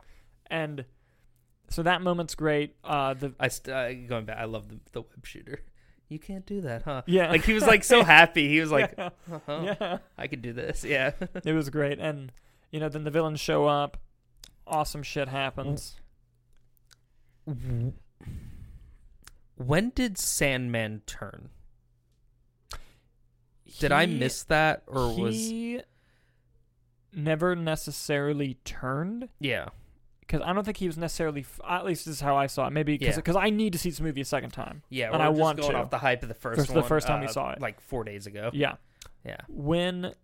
Speaker 1: and so that moment's great uh the
Speaker 2: I st- uh, going back. I love the, the web shooter. You can't do that, huh?
Speaker 1: yeah
Speaker 2: Like he was like so happy. He was like,
Speaker 1: yeah,
Speaker 2: uh-huh,
Speaker 1: yeah.
Speaker 2: I could do this. Yeah.
Speaker 1: it was great and you know then the villains show up awesome shit happens
Speaker 2: when did Sandman turn? Did I
Speaker 1: He-
Speaker 2: miss that or was
Speaker 1: he never necessarily turned
Speaker 2: yeah?
Speaker 1: because I don't think he was necessarily f- at least this is how I saw it maybe because
Speaker 2: Yeah.
Speaker 1: I need to see this movie a second time
Speaker 2: Yeah,
Speaker 1: And
Speaker 2: we're
Speaker 1: I
Speaker 2: just
Speaker 1: want
Speaker 2: going
Speaker 1: to.
Speaker 2: off the hype of the first
Speaker 1: First- the
Speaker 2: one.
Speaker 1: first time we
Speaker 2: uh,
Speaker 1: saw it.
Speaker 2: like four days ago.
Speaker 1: yeah
Speaker 2: Yeah,
Speaker 1: when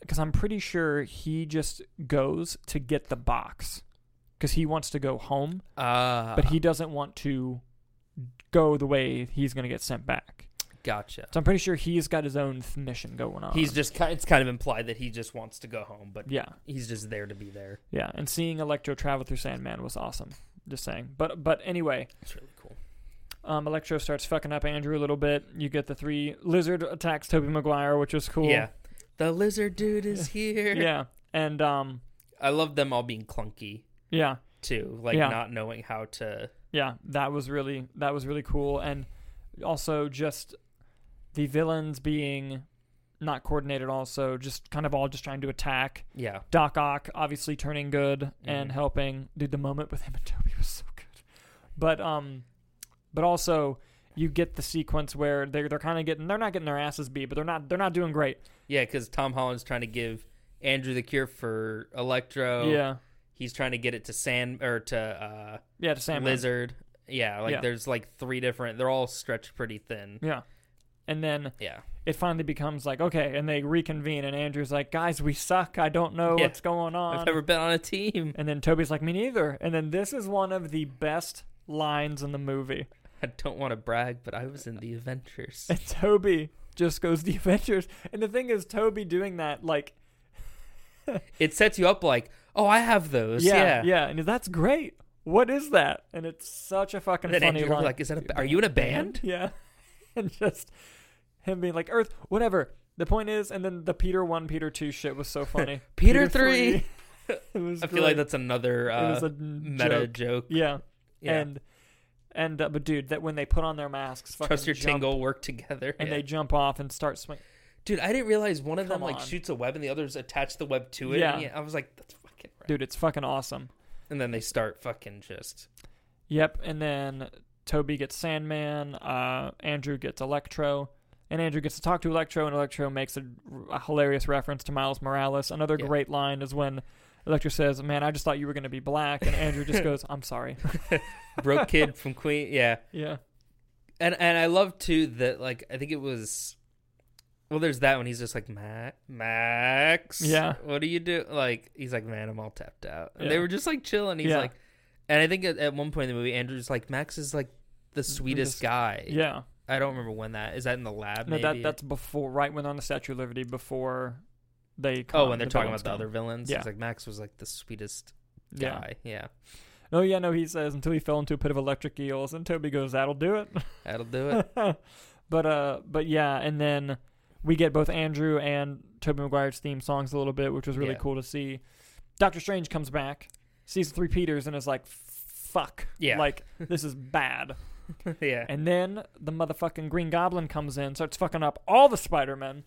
Speaker 1: because i'm pretty sure he just goes to get the box because he wants to go home
Speaker 2: uh,
Speaker 1: but he doesn't want to go the way he's going to get sent back
Speaker 2: gotcha.
Speaker 1: so i'm pretty sure he's got his own th- mission going on
Speaker 2: He's just kind. It's kind of implied that he just wants to go home, but
Speaker 1: yeah
Speaker 2: he's just there to be there.
Speaker 1: yeah and seeing electro travel through sandman was awesome just saying but but anyway
Speaker 2: It's really cool.
Speaker 1: um electro starts fucking up andrew a little bit you get the three lizard attacks toby maguire which is cool
Speaker 2: Yeah, the lizard dude is here.
Speaker 1: yeah and um
Speaker 2: I love them all being clunky
Speaker 1: yeah
Speaker 2: too, like
Speaker 1: Yeah.
Speaker 2: not knowing how to.
Speaker 1: yeah that was really that was really cool and also just the villains being not coordinated also just kind of all just trying to attack
Speaker 2: Yeah,
Speaker 1: doc ock obviously turning good and
Speaker 2: Mhm.
Speaker 1: helping dude the moment with him and toby was so good but um but also you get the sequence where they're, they're kind of getting they're not getting their asses beat but they're not they're not doing great
Speaker 2: yeah, because Tom Holland's trying to give Andrew the cure for Electro.
Speaker 1: yeah
Speaker 2: he's trying to get it to Sand or to uh,
Speaker 1: yeah to sam
Speaker 2: Lizard. Yeah, like
Speaker 1: Yeah.
Speaker 2: there's like three different. They're all stretched pretty thin.
Speaker 1: yeah and then
Speaker 2: Yeah,
Speaker 1: it finally becomes like okay and they reconvene and andrew's like guys we suck i don't know
Speaker 2: Yeah.
Speaker 1: what's going on
Speaker 2: I've never been on a team.
Speaker 1: And then Toby's like, me neither. And then this is one of the best lines in the movie.
Speaker 2: I don't want to brag, but I was in the Avengers.
Speaker 1: And Toby just goes, the Avengers. And the thing is, Toby doing that, like,
Speaker 2: it sets you up like, oh, I have those.
Speaker 1: yeah, yeah.
Speaker 2: Yeah,
Speaker 1: And that's great. What is that? And it's such a fucking
Speaker 2: And then
Speaker 1: funny
Speaker 2: Andrew
Speaker 1: line.
Speaker 2: like, is that a, ba- are you in a band?
Speaker 1: Yeah. and just him being like, Earth, whatever. The point is, and then the Peter 1, Peter 2 shit was so funny.
Speaker 2: Peter three.
Speaker 1: it was
Speaker 2: I feel like
Speaker 1: great.
Speaker 2: that's another uh,
Speaker 1: it was a
Speaker 2: meta
Speaker 1: joke.
Speaker 2: joke.
Speaker 1: Yeah.
Speaker 2: Yeah.
Speaker 1: And, and, uh, but dude, that when they put on their masks, fucking
Speaker 2: Trust your
Speaker 1: jump
Speaker 2: tingle work together.
Speaker 1: and
Speaker 2: Yeah.
Speaker 1: they jump off and start swinging.
Speaker 2: dude, I didn't realize one of them
Speaker 1: Come
Speaker 2: like
Speaker 1: on.
Speaker 2: shoots a web and the other's attached the web to it.
Speaker 1: Yeah.
Speaker 2: and I was like, that's fucking right.
Speaker 1: Dude, it's fucking awesome.
Speaker 2: And then they start fucking just
Speaker 1: Yep, and then Toby gets Sandman, uh, Andrew gets Electro, and Andrew gets to talk to Electro, and Electro makes a, a hilarious reference to Miles Morales. Another
Speaker 2: Yeah.
Speaker 1: great line is when Electro says, Man, I just thought you were going to be black, and Andrew just goes, I'm sorry.
Speaker 2: broke kid from Queen. Yeah,
Speaker 1: Yeah.
Speaker 2: and and I love too that like I think it was Well, there's that one. He's just like Max. Max.
Speaker 1: Yeah.
Speaker 2: What do you do? Like he's like, man, I'm all tapped out. And they
Speaker 1: Yeah.
Speaker 2: were just like chilling. He's
Speaker 1: Yeah.
Speaker 2: like, and I think at, at one point in the movie, Andrew's like, Max is like the sweetest
Speaker 1: Sweetest-
Speaker 2: guy.
Speaker 1: Yeah.
Speaker 2: I don't remember when that is. That in the lab?
Speaker 1: No, that
Speaker 2: maybe?
Speaker 1: that's before right when on the Statue of Liberty before they
Speaker 2: Oh,
Speaker 1: come,
Speaker 2: when they're
Speaker 1: the
Speaker 2: talking
Speaker 1: villains
Speaker 2: about the
Speaker 1: come.
Speaker 2: other villains,
Speaker 1: Yeah.
Speaker 2: it's like Max was like the sweetest
Speaker 1: Yeah.
Speaker 2: guy. Yeah,
Speaker 1: Oh yeah, no, he says until he fell into a pit of electric eels, and Toby goes, "That'll do it."
Speaker 2: that'll do it.
Speaker 1: but uh, but yeah, and then we get both Andrew and Toby Maguire's theme songs a little bit, which was really
Speaker 2: Yeah.
Speaker 1: cool to see. Doctor Strange comes back, sees the three Peters, and is like, "Fuck,
Speaker 2: Yeah.
Speaker 1: like this is bad."
Speaker 2: yeah,
Speaker 1: And then the motherfucking Green Goblin comes in, starts fucking up all the Spider Men,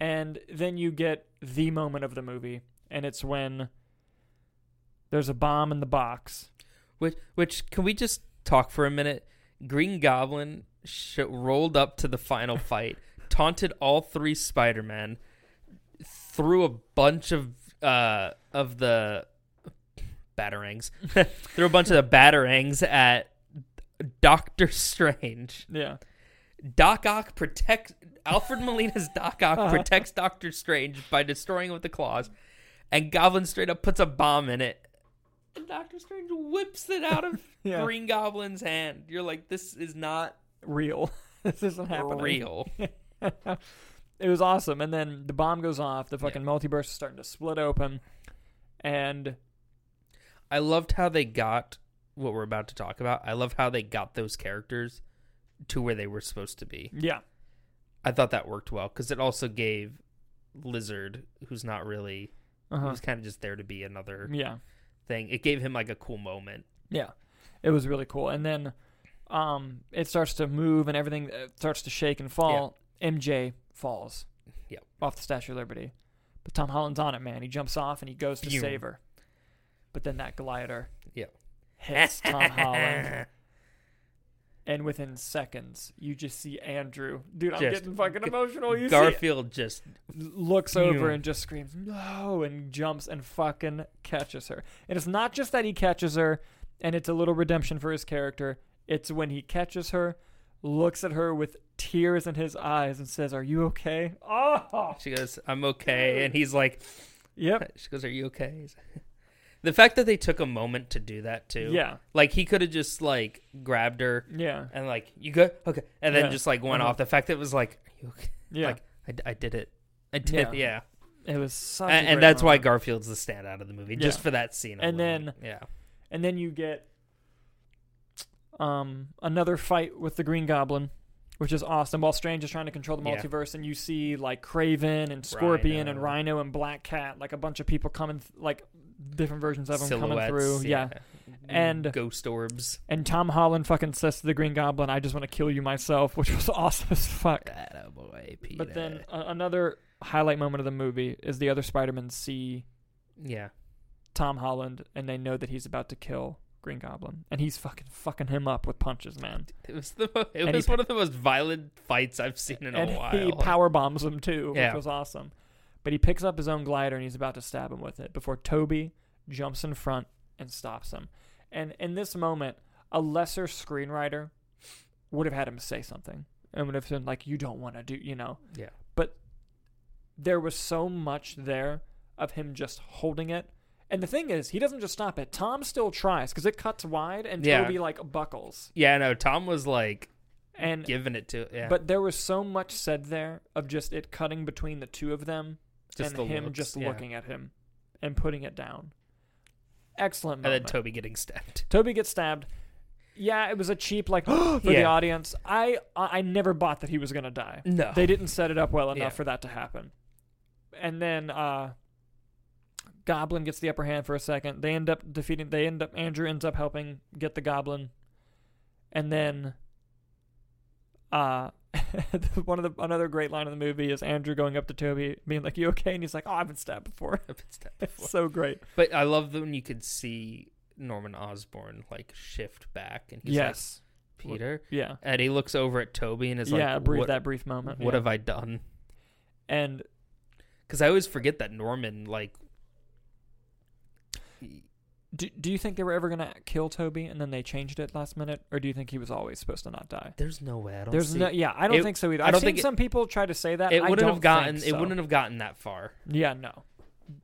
Speaker 1: and then you get the moment of the movie, and it's when there's a bomb in the box.
Speaker 2: which which can we just talk for a minute? Green Goblin sh- rolled up to the final fight, taunted all three Spider Men, threw a bunch of uh of the batarangs, threw a bunch of the batarangs at Doctor Strange.
Speaker 1: Yeah.
Speaker 2: Doc Ock protects Alfred Molina's Doc
Speaker 1: Uh-huh.
Speaker 2: Ock protects Doctor Strange by destroying it with the claws, and Goblin straight up puts a bomb in it. And Doctor Strange whips it out of
Speaker 1: Yeah.
Speaker 2: Green Goblin's hand. You're like, this is not
Speaker 1: Real. this isn't happening.
Speaker 2: real.
Speaker 1: it was awesome. And then the bomb goes off. The fucking multiverse is starting to split open. And
Speaker 2: I loved how they got what we're about to talk about. I love how they got those characters to where they were supposed to be.
Speaker 1: yeah,
Speaker 2: I thought that worked well because it also gave Lizard, who's not really,
Speaker 1: uh-huh.
Speaker 2: who's kind of just there to be another
Speaker 1: yeah,
Speaker 2: thing. It gave him like a cool moment.
Speaker 1: yeah. It was really cool. And then um, it starts to move, and everything uh, starts to shake and fall. MJ falls.
Speaker 2: Yep.
Speaker 1: off the Statue of Liberty. But Tom Holland's on it, man. He jumps off and he goes to
Speaker 2: Phew.
Speaker 1: save her. But then that glider
Speaker 2: Yep.
Speaker 1: hits Tom Holland. And within seconds, you just see Andrew. Dude, I'm
Speaker 2: Just
Speaker 1: getting fucking
Speaker 2: g-
Speaker 1: emotional. Oh, You see it.
Speaker 2: Garfield just
Speaker 1: looks
Speaker 2: Phew.
Speaker 1: over and just screams no and jumps and fucking catches her. And it's not just that he catches her and it's a little redemption for his character. It's when he catches her, looks at her with tears in his eyes and says, "Are you okay?" Oh,
Speaker 2: she goes, "I'm okay," and he's like,
Speaker 1: yep.
Speaker 2: "She goes, are you okay?" He's- the fact that they took a moment to do that too,
Speaker 1: Yeah,
Speaker 2: like he could have just like grabbed her
Speaker 1: yeah,
Speaker 2: and like, "You good? Okay," and then
Speaker 1: Yeah.
Speaker 2: just like went
Speaker 1: Uh-huh.
Speaker 2: off. The fact that it was like, "Are you okay?"
Speaker 1: yeah.
Speaker 2: Like, I, d- I did it. I did, yeah.
Speaker 1: Yeah.
Speaker 2: yeah.
Speaker 1: it was such.
Speaker 2: And,
Speaker 1: a
Speaker 2: and
Speaker 1: great
Speaker 2: that's why
Speaker 1: moment.
Speaker 2: Garfield's the standout of the movie, just
Speaker 1: Yeah.
Speaker 2: for that scene.
Speaker 1: And
Speaker 2: alone. yeah,
Speaker 1: And then you get um another fight with the Green Goblin, which is awesome. While Strange is trying to control the
Speaker 2: Yeah.
Speaker 1: multiverse, and you see like Craven and Scorpion and
Speaker 2: Rhino.
Speaker 1: Rhino and Black Cat, like a bunch of people coming, th- like different versions of them coming through. Yeah. And-
Speaker 2: ghost orbs.
Speaker 1: And Tom Holland fucking says to the Green Goblin, "I just want to kill you myself," which was awesome as fuck.
Speaker 2: Attaboy,
Speaker 1: But then
Speaker 2: Peter.
Speaker 1: uh, another highlight moment of the movie is the other Spider-Man see
Speaker 2: yeah,
Speaker 1: Tom Holland and they know that he's about to kill Green Goblin and he's fucking fucking him up with punches, man.
Speaker 2: It was the mo- it
Speaker 1: And
Speaker 2: was
Speaker 1: he-
Speaker 2: one of the most violent fights I've seen in
Speaker 1: and
Speaker 2: a while.
Speaker 1: he power bombs him too,
Speaker 2: Yeah.
Speaker 1: which was awesome. But he picks up his own glider and he's about to stab him with it before Toby jumps in front and stops him. And in this moment, a lesser screenwriter would have had him say something and would have said like, "You don't want to do," you know.
Speaker 2: Yeah.
Speaker 1: But there was so much there of him just holding it. And the thing is, he doesn't just stop it. Tom still tries because it cuts wide, and
Speaker 2: Yeah.
Speaker 1: Toby like buckles.
Speaker 2: yeah, no, Tom was like
Speaker 1: And
Speaker 2: giving it to yeah,
Speaker 1: but there was so much said there of just it cutting between the two of them
Speaker 2: just the
Speaker 1: and him
Speaker 2: looks,
Speaker 1: just
Speaker 2: yeah.
Speaker 1: looking at him and putting it down. Excellent
Speaker 2: and then
Speaker 1: moment.
Speaker 2: Toby getting stabbed.
Speaker 1: Toby gets stabbed. Yeah, it was a cheap like for the
Speaker 2: Yeah.
Speaker 1: audience. I I I never bought that he was gonna die.
Speaker 2: No,
Speaker 1: They didn't set it up well enough
Speaker 2: Yeah.
Speaker 1: for that to happen. And then uh Goblin gets the upper hand for a second. They end up defeating they end up Andrew ends up helping get the goblin. And then uh one of the another great line in the movie is Andrew going up to Toby being like, You okay? And he's like, Oh, I've been stabbed before.
Speaker 2: I've been stabbed before.
Speaker 1: It's so great.
Speaker 2: but I love when you could see Norman Osborn like shift back, and he's
Speaker 1: yes.
Speaker 2: like Peter,
Speaker 1: yeah.
Speaker 2: and he looks over at Toby and is
Speaker 1: Yeah,
Speaker 2: like,
Speaker 1: brief
Speaker 2: "What,
Speaker 1: that brief moment.
Speaker 2: what
Speaker 1: yeah.
Speaker 2: have I done?"
Speaker 1: and
Speaker 2: Because I always forget that Norman like
Speaker 1: Do, do you think they were ever gonna kill Toby and then they changed it last minute, or do you think he was always supposed to not die?
Speaker 2: There's no way. I don't.
Speaker 1: There's
Speaker 2: see,
Speaker 1: no, yeah, I don't
Speaker 2: It-
Speaker 1: think so either.
Speaker 2: I
Speaker 1: I've
Speaker 2: don't
Speaker 1: seen
Speaker 2: think it-
Speaker 1: some people try to say that.
Speaker 2: It
Speaker 1: I
Speaker 2: wouldn't
Speaker 1: don't
Speaker 2: have gotten.
Speaker 1: think
Speaker 2: It
Speaker 1: so.
Speaker 2: wouldn't have gotten that far.
Speaker 1: Yeah, no.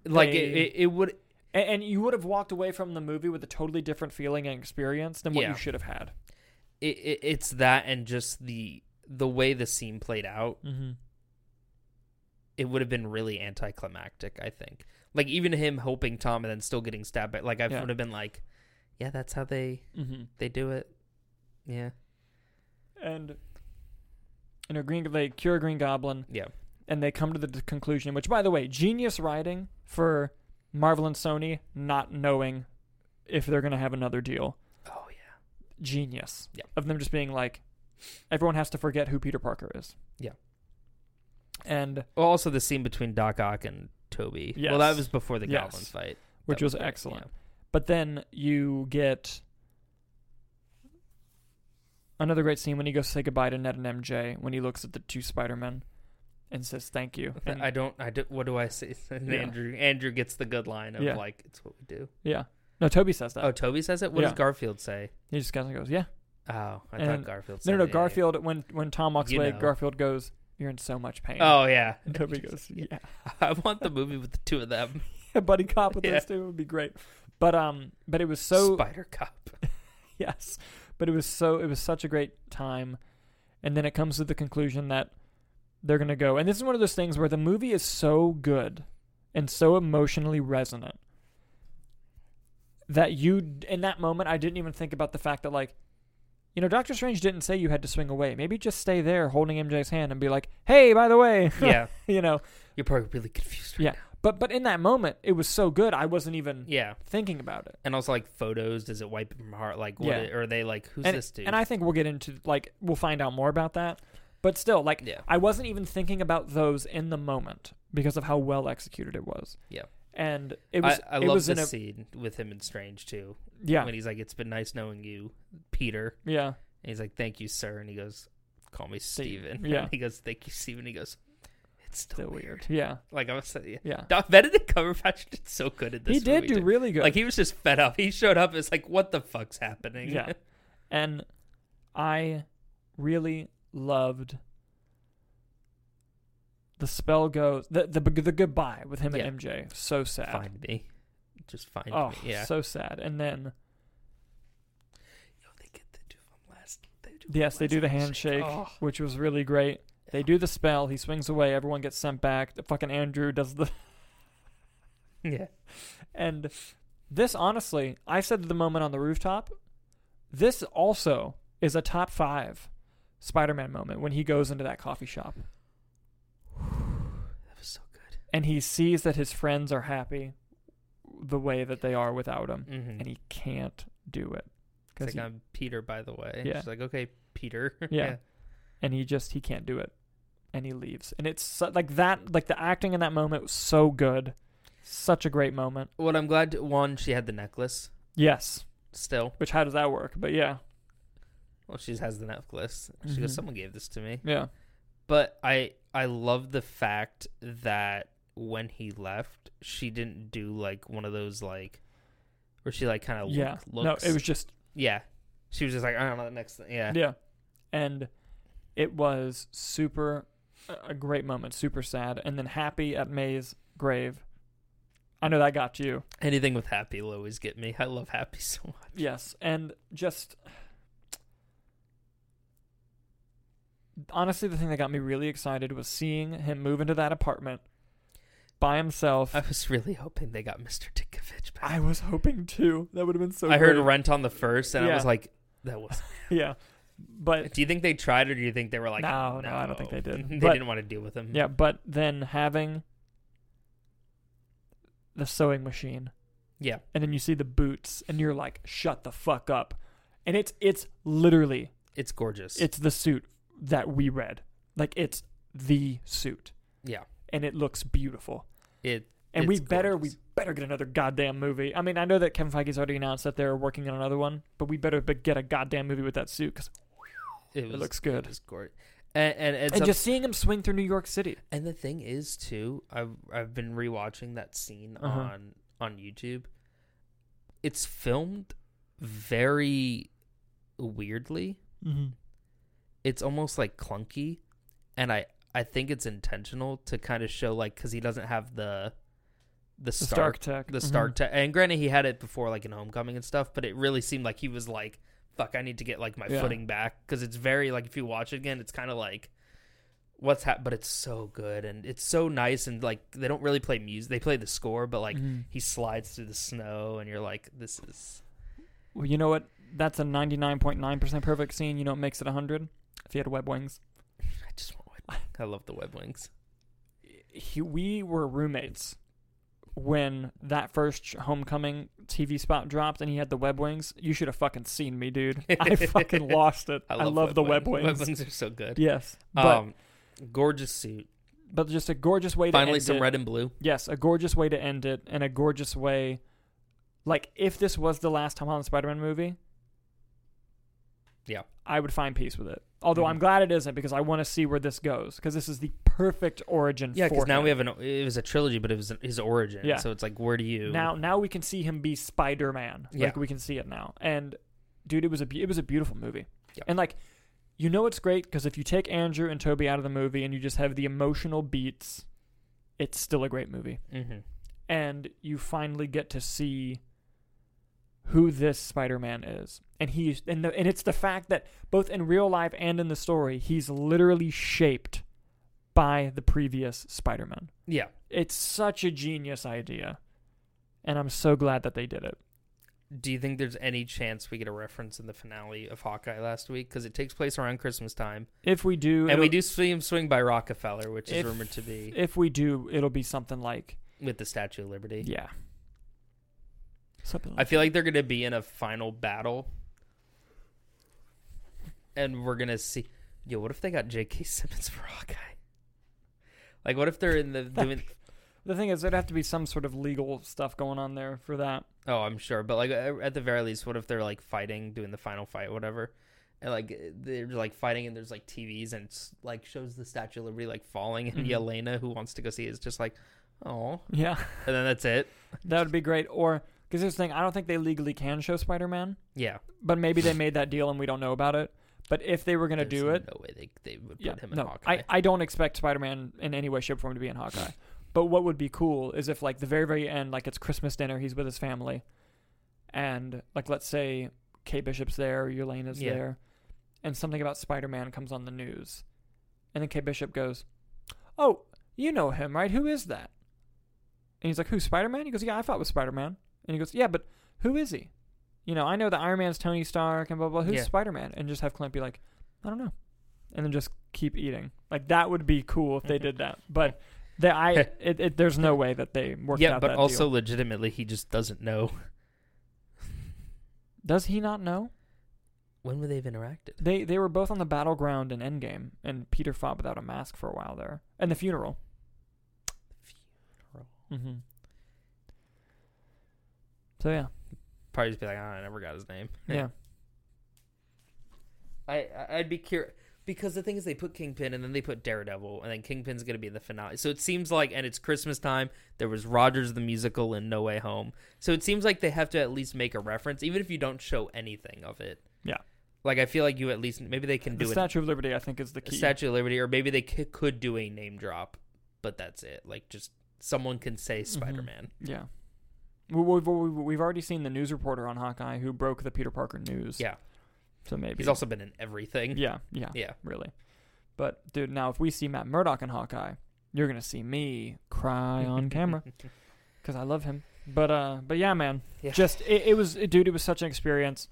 Speaker 2: Like
Speaker 1: They-
Speaker 2: it, it, it would.
Speaker 1: And, and you would have walked away from the movie with a totally different feeling and experience than what
Speaker 2: Yeah.
Speaker 1: you should have had.
Speaker 2: It, it, it's that and just the the way the scene played out.
Speaker 1: Mm-hmm.
Speaker 2: It would have been really anticlimactic. I think. Like even him helping Tom and then still getting stabbed. By, like I
Speaker 1: Yeah.
Speaker 2: would have been like, yeah, that's how they
Speaker 1: Mm-hmm.
Speaker 2: they do it. Yeah.
Speaker 1: And you know, Green they cure Green Goblin
Speaker 2: Yeah.
Speaker 1: and they come to the d- conclusion, which by the way, genius writing for Marvel and Sony not knowing if they're gonna have another deal.
Speaker 2: Oh yeah.
Speaker 1: Genius.
Speaker 2: Yeah.
Speaker 1: Of them just being like, everyone has to forget who Peter Parker is.
Speaker 2: Yeah.
Speaker 1: And
Speaker 2: Well, also the scene between Doc Ock and Toby. Well,
Speaker 1: Yes.
Speaker 2: that was before the
Speaker 1: Yes.
Speaker 2: Goblin fight,
Speaker 1: which
Speaker 2: That
Speaker 1: was,
Speaker 2: great,
Speaker 1: excellent.
Speaker 2: yeah.
Speaker 1: But then you get another great scene when he goes to say goodbye to Ned and MJ when he looks at the two Spider Men and says thank you. And-
Speaker 2: I don't. I do, What do I say? And
Speaker 1: Yeah.
Speaker 2: Andrew. Andrew gets the good line of
Speaker 1: Yeah.
Speaker 2: like, "It's what we do."
Speaker 1: yeah. No, Toby says that.
Speaker 2: Oh, Toby says it. What
Speaker 1: Yeah.
Speaker 2: does Garfield say?
Speaker 1: He just kind of goes, yeah.
Speaker 2: Oh, I
Speaker 1: And-
Speaker 2: thought Garfield. said
Speaker 1: No, no,
Speaker 2: it.
Speaker 1: no. Garfield. When when Tom walks
Speaker 2: You
Speaker 1: away,
Speaker 2: know.
Speaker 1: Garfield goes, "You're in so much pain."
Speaker 2: Oh yeah.
Speaker 1: and Toby goes, "Yeah,
Speaker 2: I want the movie with the two of them.
Speaker 1: a buddy cop with
Speaker 2: Yeah.
Speaker 1: those two would be great." But um, but it was so
Speaker 2: Spider Cop.
Speaker 1: yes, but it was so it was such a great time, and then it comes to the conclusion that they're gonna go, and this is one of those things where the movie is so good and so emotionally resonant that you in that moment I didn't even think about the fact that like. You know, Doctor Strange didn't say you had to swing away. Maybe just stay there holding MJ's hand and be like, "Hey, by the way,
Speaker 2: yeah,
Speaker 1: you know
Speaker 2: you're probably really confused. Right
Speaker 1: Yeah. but but in that moment it was so good i wasn't even
Speaker 2: Now. Yeah,
Speaker 1: thinking about it
Speaker 2: and also like photos. Does it wipe it from her heart? Like, what?
Speaker 1: Yeah.
Speaker 2: it- or are they like, who's this dude?
Speaker 1: and i think we'll get into like we'll find out more about that but still like
Speaker 2: Yeah.
Speaker 1: i wasn't even thinking about those in the moment because of how well executed it was
Speaker 2: Yeah.
Speaker 1: and it was
Speaker 2: I, I
Speaker 1: it
Speaker 2: love
Speaker 1: was
Speaker 2: the
Speaker 1: in a
Speaker 2: scene with him and Strange too.
Speaker 1: yeah
Speaker 2: When he's like, "It's been nice knowing you, Peter,"
Speaker 1: yeah
Speaker 2: and he's like, "Thank you, sir," and he goes, "Call me Steven.
Speaker 1: Yeah.
Speaker 2: and he goes, "Thank you, Steven." He goes, "It's still,
Speaker 1: still
Speaker 2: weird.
Speaker 1: weird yeah
Speaker 2: Like I was saying, yeah.
Speaker 1: yeah
Speaker 2: Doc- Benedict Cumberbatch did so good at this.
Speaker 1: he did
Speaker 2: movie,
Speaker 1: do
Speaker 2: too.
Speaker 1: really good
Speaker 2: Like he was just fed up. He showed up. It's like, what the fuck's happening?
Speaker 1: Yeah. and I really loved the spell goes the the, the goodbye with him
Speaker 2: Yeah.
Speaker 1: and MJ. So sad.
Speaker 2: find me. Just find
Speaker 1: oh,
Speaker 2: me. Yeah.
Speaker 1: so sad. And then
Speaker 2: Yo, Oh, they get the do one last. They do
Speaker 1: yes, they
Speaker 2: one
Speaker 1: do the
Speaker 2: last
Speaker 1: handshake,
Speaker 2: Oh.
Speaker 1: which was really great. They do the spell. He swings away. Everyone gets sent back. The fucking Andrew does the
Speaker 2: Yeah.
Speaker 1: and this honestly, I said to the moment on the rooftop, this also is a top five Spider-Man moment when he goes into that coffee shop.
Speaker 2: That was so good.
Speaker 1: and he sees that his friends are happy the way that they are without him
Speaker 2: Mm-hmm.
Speaker 1: and he can't do it
Speaker 2: It's
Speaker 1: 'Cause
Speaker 2: like
Speaker 1: he-
Speaker 2: I'm Peter, by the way.
Speaker 1: Yeah.
Speaker 2: Yeah. She's like, okay, Peter.
Speaker 1: Yeah. and he just he can't do it and he leaves and it's so, like that like the acting in that moment was so good such a great moment
Speaker 2: What I'm glad to, one, she had the necklace
Speaker 1: yes
Speaker 2: still.
Speaker 1: which how does that work but yeah
Speaker 2: Well, she has the necklace. She goes,
Speaker 1: Mhm.
Speaker 2: someone gave this to me.
Speaker 1: yeah
Speaker 2: But I I love the fact that when he left, she didn't do like one of those like where she like kind of
Speaker 1: yeah
Speaker 2: looks.
Speaker 1: no it was just
Speaker 2: yeah. She was just like I don't know the next thing. Yeah.
Speaker 1: yeah and it was super a- a great moment super sad and then happy at may's grave i know that got you
Speaker 2: Anything with Happy will always get me. I love Happy so much.
Speaker 1: Yes, and just honestly, the thing that got me really excited was seeing him move into that apartment by himself.
Speaker 2: I was really hoping they got Mr. Dickovich back.
Speaker 1: I was hoping to. That would have been so.
Speaker 2: I heard
Speaker 1: great.
Speaker 2: Rent on the first, and I was
Speaker 1: Yeah.
Speaker 2: like, that was.
Speaker 1: Yeah, but
Speaker 2: Do you think they tried, or do you think they were like,
Speaker 1: No,
Speaker 2: "Oh,
Speaker 1: no, I don't think they did.
Speaker 2: they
Speaker 1: But-
Speaker 2: didn't want to deal with him.
Speaker 1: yeah, but then having the sewing machine,
Speaker 2: Yeah.
Speaker 1: and then you see the boots, and you're like, "Shut the fuck up!" And it's it's literally
Speaker 2: It's gorgeous.
Speaker 1: it's the suit that we read, like it's the suit.
Speaker 2: yeah.
Speaker 1: and it looks beautiful.
Speaker 2: It.
Speaker 1: And we
Speaker 2: It's
Speaker 1: better we
Speaker 2: gorgeous.
Speaker 1: better get another goddamn movie. I mean, I know that Kevin Feige's already announced that they're working on another one, but we better be- get a goddamn movie with that suit because
Speaker 2: It,
Speaker 1: it,
Speaker 2: was,
Speaker 1: looks good.
Speaker 2: It was gorgeous. And, and it's
Speaker 1: and
Speaker 2: up-
Speaker 1: just seeing him swing through New York City.
Speaker 2: And the thing is too, I've I've been rewatching that scene
Speaker 1: Uh-huh.
Speaker 2: on on YouTube. it's filmed very weirdly.
Speaker 1: Mm-hmm.
Speaker 2: It's almost like clunky, and I I think it's intentional to kind of show like because he doesn't have the the
Speaker 1: The
Speaker 2: Stark
Speaker 1: Stark tech.
Speaker 2: the
Speaker 1: Mhm.
Speaker 2: Stark tech. And granted, he had it before, like in Homecoming and stuff, but it really seemed like he was like, "Fuck, I need to get like my
Speaker 1: Yeah.
Speaker 2: footing back," because it's very like if you watch it again, it's kind of like what's happened, but it's so good and it's so nice and like they don't really play music; they play the score, but like
Speaker 1: Mhm.
Speaker 2: he slides through the snow, and you're like, "This is."
Speaker 1: Well, you know what? That's a 99.9% perfect scene. You know what makes it 100? If he had web wings.
Speaker 2: I just want web. wing. I love the web wings.
Speaker 1: He, we were roommates when that first Homecoming TV spot dropped and he had the web wings. You should have fucking seen me, dude. I fucking lost it. I love, the web wings.
Speaker 2: Web wings are so good.
Speaker 1: Yes. But,
Speaker 2: um, gorgeous suit.
Speaker 1: but just a gorgeous way to
Speaker 2: Finally,
Speaker 1: end
Speaker 2: some
Speaker 1: it.
Speaker 2: red and blue.
Speaker 1: Yes, a gorgeous way to end it and a gorgeous way. Like, if this was the last Tom Holland Spider Man movie.
Speaker 2: Yeah.
Speaker 1: I would find peace with it. Although I'm
Speaker 2: Mhm.
Speaker 1: glad it isn't because I want to see where this goes because this is the perfect origin.
Speaker 2: Yeah,
Speaker 1: because
Speaker 2: because now we have an. It was a trilogy, but it was his origin.
Speaker 1: Yeah.
Speaker 2: So it's like, where do you
Speaker 1: now now we can see him be Spider Man.
Speaker 2: Yeah.
Speaker 1: Like we can see it now. And dude, it was a be- it was a beautiful movie.
Speaker 2: Yeah.
Speaker 1: And like, you know, it's great because if you take Andrew and Toby out of the movie and you just have the emotional beats, it's still a great movie.
Speaker 2: Mm-hmm.
Speaker 1: and you finally get to see who this Spider-Man is. And he's and the, and it's the fact that both in real life and in the story, he's literally shaped by the previous Spider-Man.
Speaker 2: Yeah.
Speaker 1: It's such a genius idea. And I'm so glad that they did it.
Speaker 2: Do you think there's any chance we get a reference in the finale of Hawkeye last week? Because it takes place around Christmas time,
Speaker 1: If we do
Speaker 2: and we
Speaker 1: it'll-
Speaker 2: do see him swing by Rockefeller, which is
Speaker 1: If-
Speaker 2: rumored to be
Speaker 1: if we do, it'll be something like
Speaker 2: with the Statue of Liberty.
Speaker 1: yeah. Something
Speaker 2: I
Speaker 1: like
Speaker 2: feel like they're going to be in a final battle, and we're going to see. Yo, what if they got J.K. Simmons for Hawkeye? Like, what if they're in the doing?
Speaker 1: the thing is there'd have to be some sort of legal stuff going on there for that.
Speaker 2: Oh, I'm sure, but like a- at the very least, what if they're like fighting, doing the final fight, whatever, and like eh, they're like fighting, and there's like TVs and it's, like shows the Statue of Liberty like falling, and
Speaker 1: Mhm.
Speaker 2: Yelena, who wants to go see, it, is just like, oh,
Speaker 1: Yeah.
Speaker 2: and then that's it.
Speaker 1: That would be great. Or because here's the thing, I don't think they legally can show Spider Man,
Speaker 2: Yeah,
Speaker 1: but maybe they made that deal and we don't know about it. But if they were gonna do
Speaker 2: There's
Speaker 1: it,
Speaker 2: No way they they would put
Speaker 1: yeah,
Speaker 2: him in
Speaker 1: no,
Speaker 2: Hawkeye.
Speaker 1: I, I don't expect Spider Man in any way, shape, or form to be in Hawkeye. but what would be cool is if like the very, very end, like it's Christmas dinner, he's with his family, and like let's say Kate Bishop's there, Elena's
Speaker 2: Yeah.
Speaker 1: there, and something about Spider Man comes on the news, and then Kate Bishop goes, "Oh, you know him, right? Who is that?" And he's like, "Who? Spider Man?" He goes, "Yeah, I fought with Spider Man." And he goes, "Yeah, but who is he?" You know, I know that Iron Man's Tony Stark and blah blah. Who's
Speaker 2: Yeah.
Speaker 1: Spider Man? And just have Clint be like, "I don't know," and then just keep eating. Like that would be cool if they did that, but they, I it, it, there's no way that they worked
Speaker 2: yeah,
Speaker 1: out
Speaker 2: but
Speaker 1: that
Speaker 2: also
Speaker 1: deal.
Speaker 2: legitimately, he just doesn't know
Speaker 1: does he not know?
Speaker 2: when would they have interacted.
Speaker 1: They they were both on the battleground in Endgame, and Peter fought without a mask for a while there, and the funeral. Mm-hmm. So yeah,
Speaker 2: Probably just be like, oh, I never got his name.
Speaker 1: yeah,
Speaker 2: I I- I'd be curious because the thing is they put Kingpin and then they put Daredevil and then Kingpin's gonna be in the finale. So it seems like and it's Christmas time. There was Rogers the musical in No Way Home. So it seems like they have to at least make a reference, even if you don't show anything of it.
Speaker 1: Yeah.
Speaker 2: Like I feel like you at least maybe they can
Speaker 1: the
Speaker 2: do it.
Speaker 1: Statue of Liberty I think is the
Speaker 2: a
Speaker 1: key.
Speaker 2: Statue of Liberty, or maybe they c- could do a name drop, but that's it. Like just someone can say
Speaker 1: Mm-hmm.
Speaker 2: Spider Man.
Speaker 1: yeah. We, we, we, we've already seen the news reporter on Hawkeye who broke the Peter Parker news.
Speaker 2: Yeah.
Speaker 1: So maybe.
Speaker 2: He's also been in everything.
Speaker 1: Yeah, yeah.
Speaker 2: Yeah.
Speaker 1: really. But dude, now if we see Matt Murdock in Hawkeye, you're gonna see me cry on camera because I love him. But uh, but yeah, man,
Speaker 2: Yeah.
Speaker 1: just it, it was, it- dude, it was such an experience.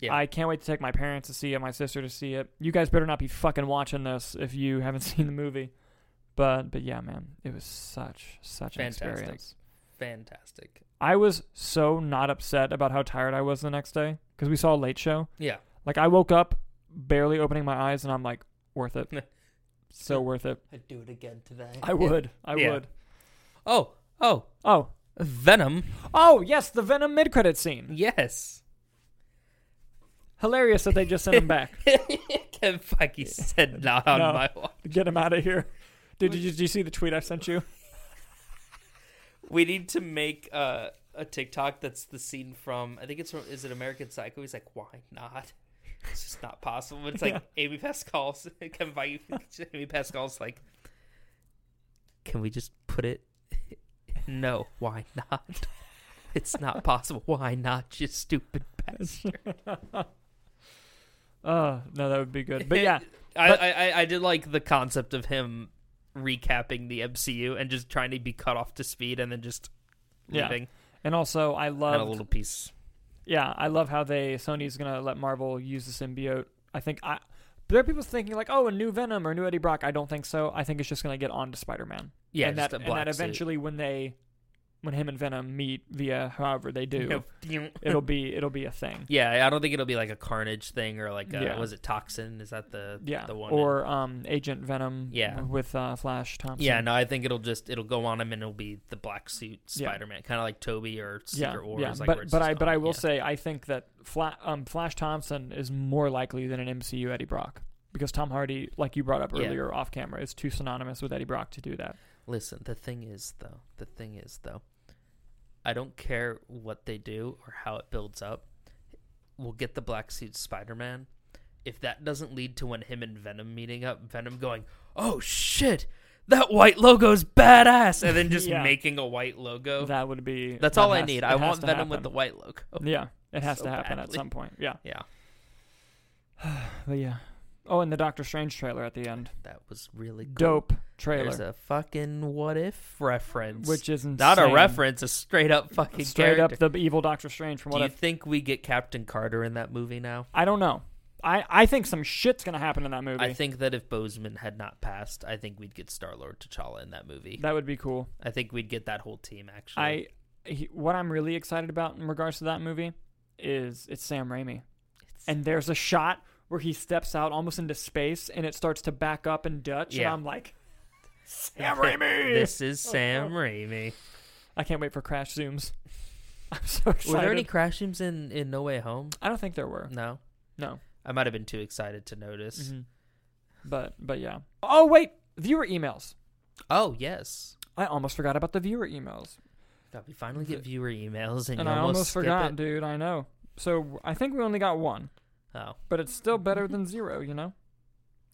Speaker 2: Yeah.
Speaker 1: I can't wait to take my parents to see it, my sister to see it. You guys better not be fucking watching this if you haven't seen the movie. But but yeah, man, it was such such an
Speaker 2: Fantastic.
Speaker 1: experience.
Speaker 2: Fantastic.
Speaker 1: I was so not upset about how tired I was the next day because we saw a late show.
Speaker 2: Yeah.
Speaker 1: Like I woke up barely opening my eyes and I'm like, worth it. so worth it.
Speaker 2: I'd do it again today.
Speaker 1: I would. I
Speaker 2: Yeah.
Speaker 1: would.
Speaker 2: Oh, oh,
Speaker 1: Oh.
Speaker 2: Venom.
Speaker 1: Oh, yes, the Venom mid credit scene.
Speaker 2: Yes.
Speaker 1: Hilarious that they just sent him back.
Speaker 2: Ken Feige said not on
Speaker 1: No.
Speaker 2: my watch.
Speaker 1: Get him out of here. Dude, did you, did you see the tweet I sent you?
Speaker 2: We need to make uh, a TikTok that's the scene from I think it's from is it American Psycho? He's like, why not? It's just not possible. But it's like
Speaker 1: Yeah.
Speaker 2: Amy Pascal's Kevin Feige, Amy Pascal's like, can we just put it? no, why not? It's not possible. Why not? You stupid bastard.
Speaker 1: Uh, no, that would be good. But yeah,
Speaker 2: I,
Speaker 1: But-
Speaker 2: I, I- I did like the concept of him recapping the MCU and just trying to be cut off to speed and then just
Speaker 1: Yeah.
Speaker 2: leaving
Speaker 1: and also I
Speaker 2: on a
Speaker 1: love
Speaker 2: little piece.
Speaker 1: Yeah, I love how they Sony's gonna let Marvel use the symbiote. I think I there are people thinking like, oh, a new Venom or a new Eddie Brock. I don't think so. I think it's just gonna get on to Spider Man.
Speaker 2: Yeah,
Speaker 1: and
Speaker 2: just
Speaker 1: that
Speaker 2: a
Speaker 1: and
Speaker 2: black
Speaker 1: that eventually when they when him and Venom meet via however they do,
Speaker 2: suit. Yeah.
Speaker 1: it'll be it'll be a thing.
Speaker 2: Yeah, I don't think it'll be like a Carnage thing or like a,
Speaker 1: Yeah.
Speaker 2: was it Toxin? Is that the
Speaker 1: Yeah,
Speaker 2: the one?
Speaker 1: or um, Agent Venom.
Speaker 2: Yeah.
Speaker 1: with uh, Flash Thompson.
Speaker 2: yeah, no, I think it'll just it'll go on him and it'll be the black suit
Speaker 1: Yeah.
Speaker 2: Spider Man, kind of like Toby or Secret
Speaker 1: yeah,
Speaker 2: Wars.
Speaker 1: yeah.
Speaker 2: like where
Speaker 1: but
Speaker 2: it's
Speaker 1: but
Speaker 2: just
Speaker 1: I but
Speaker 2: on-
Speaker 1: I will
Speaker 2: yeah.
Speaker 1: say I think that Fla- um, Flash Thompson is more likely than an MCU Eddie Brock because Tom Hardy, like you brought up
Speaker 2: Yeah.
Speaker 1: earlier off camera, is too synonymous with Eddie Brock to do that.
Speaker 2: Listen, the thing is though, the thing is though, I don't care what they do or how it builds up. We'll get the black suit Spider Man. If that doesn't lead to when him and Venom meeting up, Venom going, "Oh shit, that white logo's badass," and then just
Speaker 1: Yeah.
Speaker 2: making a white logo.
Speaker 1: That would be
Speaker 2: That's
Speaker 1: that
Speaker 2: all I
Speaker 1: has-
Speaker 2: need.
Speaker 1: it
Speaker 2: I
Speaker 1: has
Speaker 2: want
Speaker 1: to
Speaker 2: Venom with the
Speaker 1: happen.
Speaker 2: white logo.
Speaker 1: yeah. It has
Speaker 2: Oh, so
Speaker 1: to happen at
Speaker 2: badly.
Speaker 1: some point. Yeah,
Speaker 2: Yeah,
Speaker 1: but yeah. Oh, and the Doctor Strange trailer at the end.
Speaker 2: that was really cool.
Speaker 1: Dope
Speaker 2: There's
Speaker 1: trailer,
Speaker 2: a fucking what if reference,
Speaker 1: which is insane.
Speaker 2: not a reference, a straight up fucking
Speaker 1: Straight
Speaker 2: character.
Speaker 1: up the evil Doctor Strange from what
Speaker 2: Do you
Speaker 1: I've-
Speaker 2: think we get Captain Carter in that movie now?
Speaker 1: I don't know. I, I think some shit's gonna happen in that movie.
Speaker 2: I think that if Bozeman had not passed, I think we'd get Star Lord T'Challa in that movie.
Speaker 1: that would be cool.
Speaker 2: I think we'd get that whole team actually.
Speaker 1: I he, what I'm really excited about in regards to that movie is it's Sam Raimi. And there's a shot where he steps out almost into space and it starts to back up in Dutch and
Speaker 2: Yeah.
Speaker 1: I'm like Sam
Speaker 2: Th-
Speaker 1: Raimi. Oh,
Speaker 2: This is Sam Raimi.
Speaker 1: I can't wait for crash zooms. I'm so excited.
Speaker 2: Were there any crash zooms in in No Way Home?
Speaker 1: I don't think there were.
Speaker 2: No,
Speaker 1: No.
Speaker 2: I might have been too excited to notice.
Speaker 1: Mhm. But but yeah. Oh wait, viewer emails.
Speaker 2: Oh yes,
Speaker 1: I almost forgot about the viewer emails.
Speaker 2: God, we finally get viewer emails, and,
Speaker 1: And
Speaker 2: you
Speaker 1: I almost
Speaker 2: skip
Speaker 1: forgot,
Speaker 2: it.
Speaker 1: dude, I know. So I think we only got one,
Speaker 2: Oh,
Speaker 1: but it's still better than zero, you know?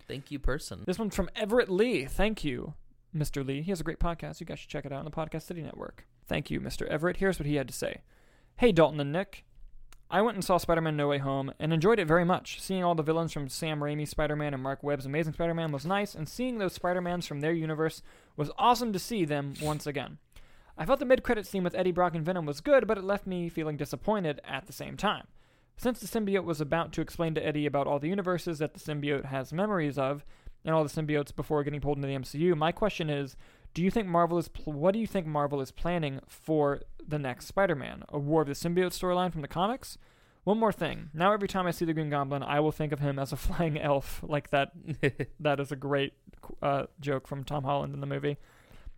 Speaker 2: thank you, person.
Speaker 1: This one's from Everett Lee. Thank you, Mr. Lee. He has a great podcast. You guys should check it out on the Podcast City Network. Thank you, Mr. Everett. Here's what he had to say Hey, Dalton and Nick. I went and saw Spider Man No Way Home and enjoyed it very much. Seeing all the villains from Sam Raimi's Spider Man and Mark Webb's Amazing Spider Man was nice, and seeing those Spider Mans from their universe was awesome to see them once again. I felt the mid credit scene with Eddie Brock and Venom was good, but it left me feeling disappointed at the same time. Since the symbiote was about to explain to Eddie about all the universes that the symbiote has memories of, and all the symbiotes before getting pulled into the MCU. My question is, do you think Marvel is pl- what do you think Marvel is planning for the next Spider-Man? A War of the Symbiote storyline from the comics? One more thing. Now every time I see the Green Goblin, I will think of him as a flying elf, like that that is a great uh, joke from Tom Holland in the movie.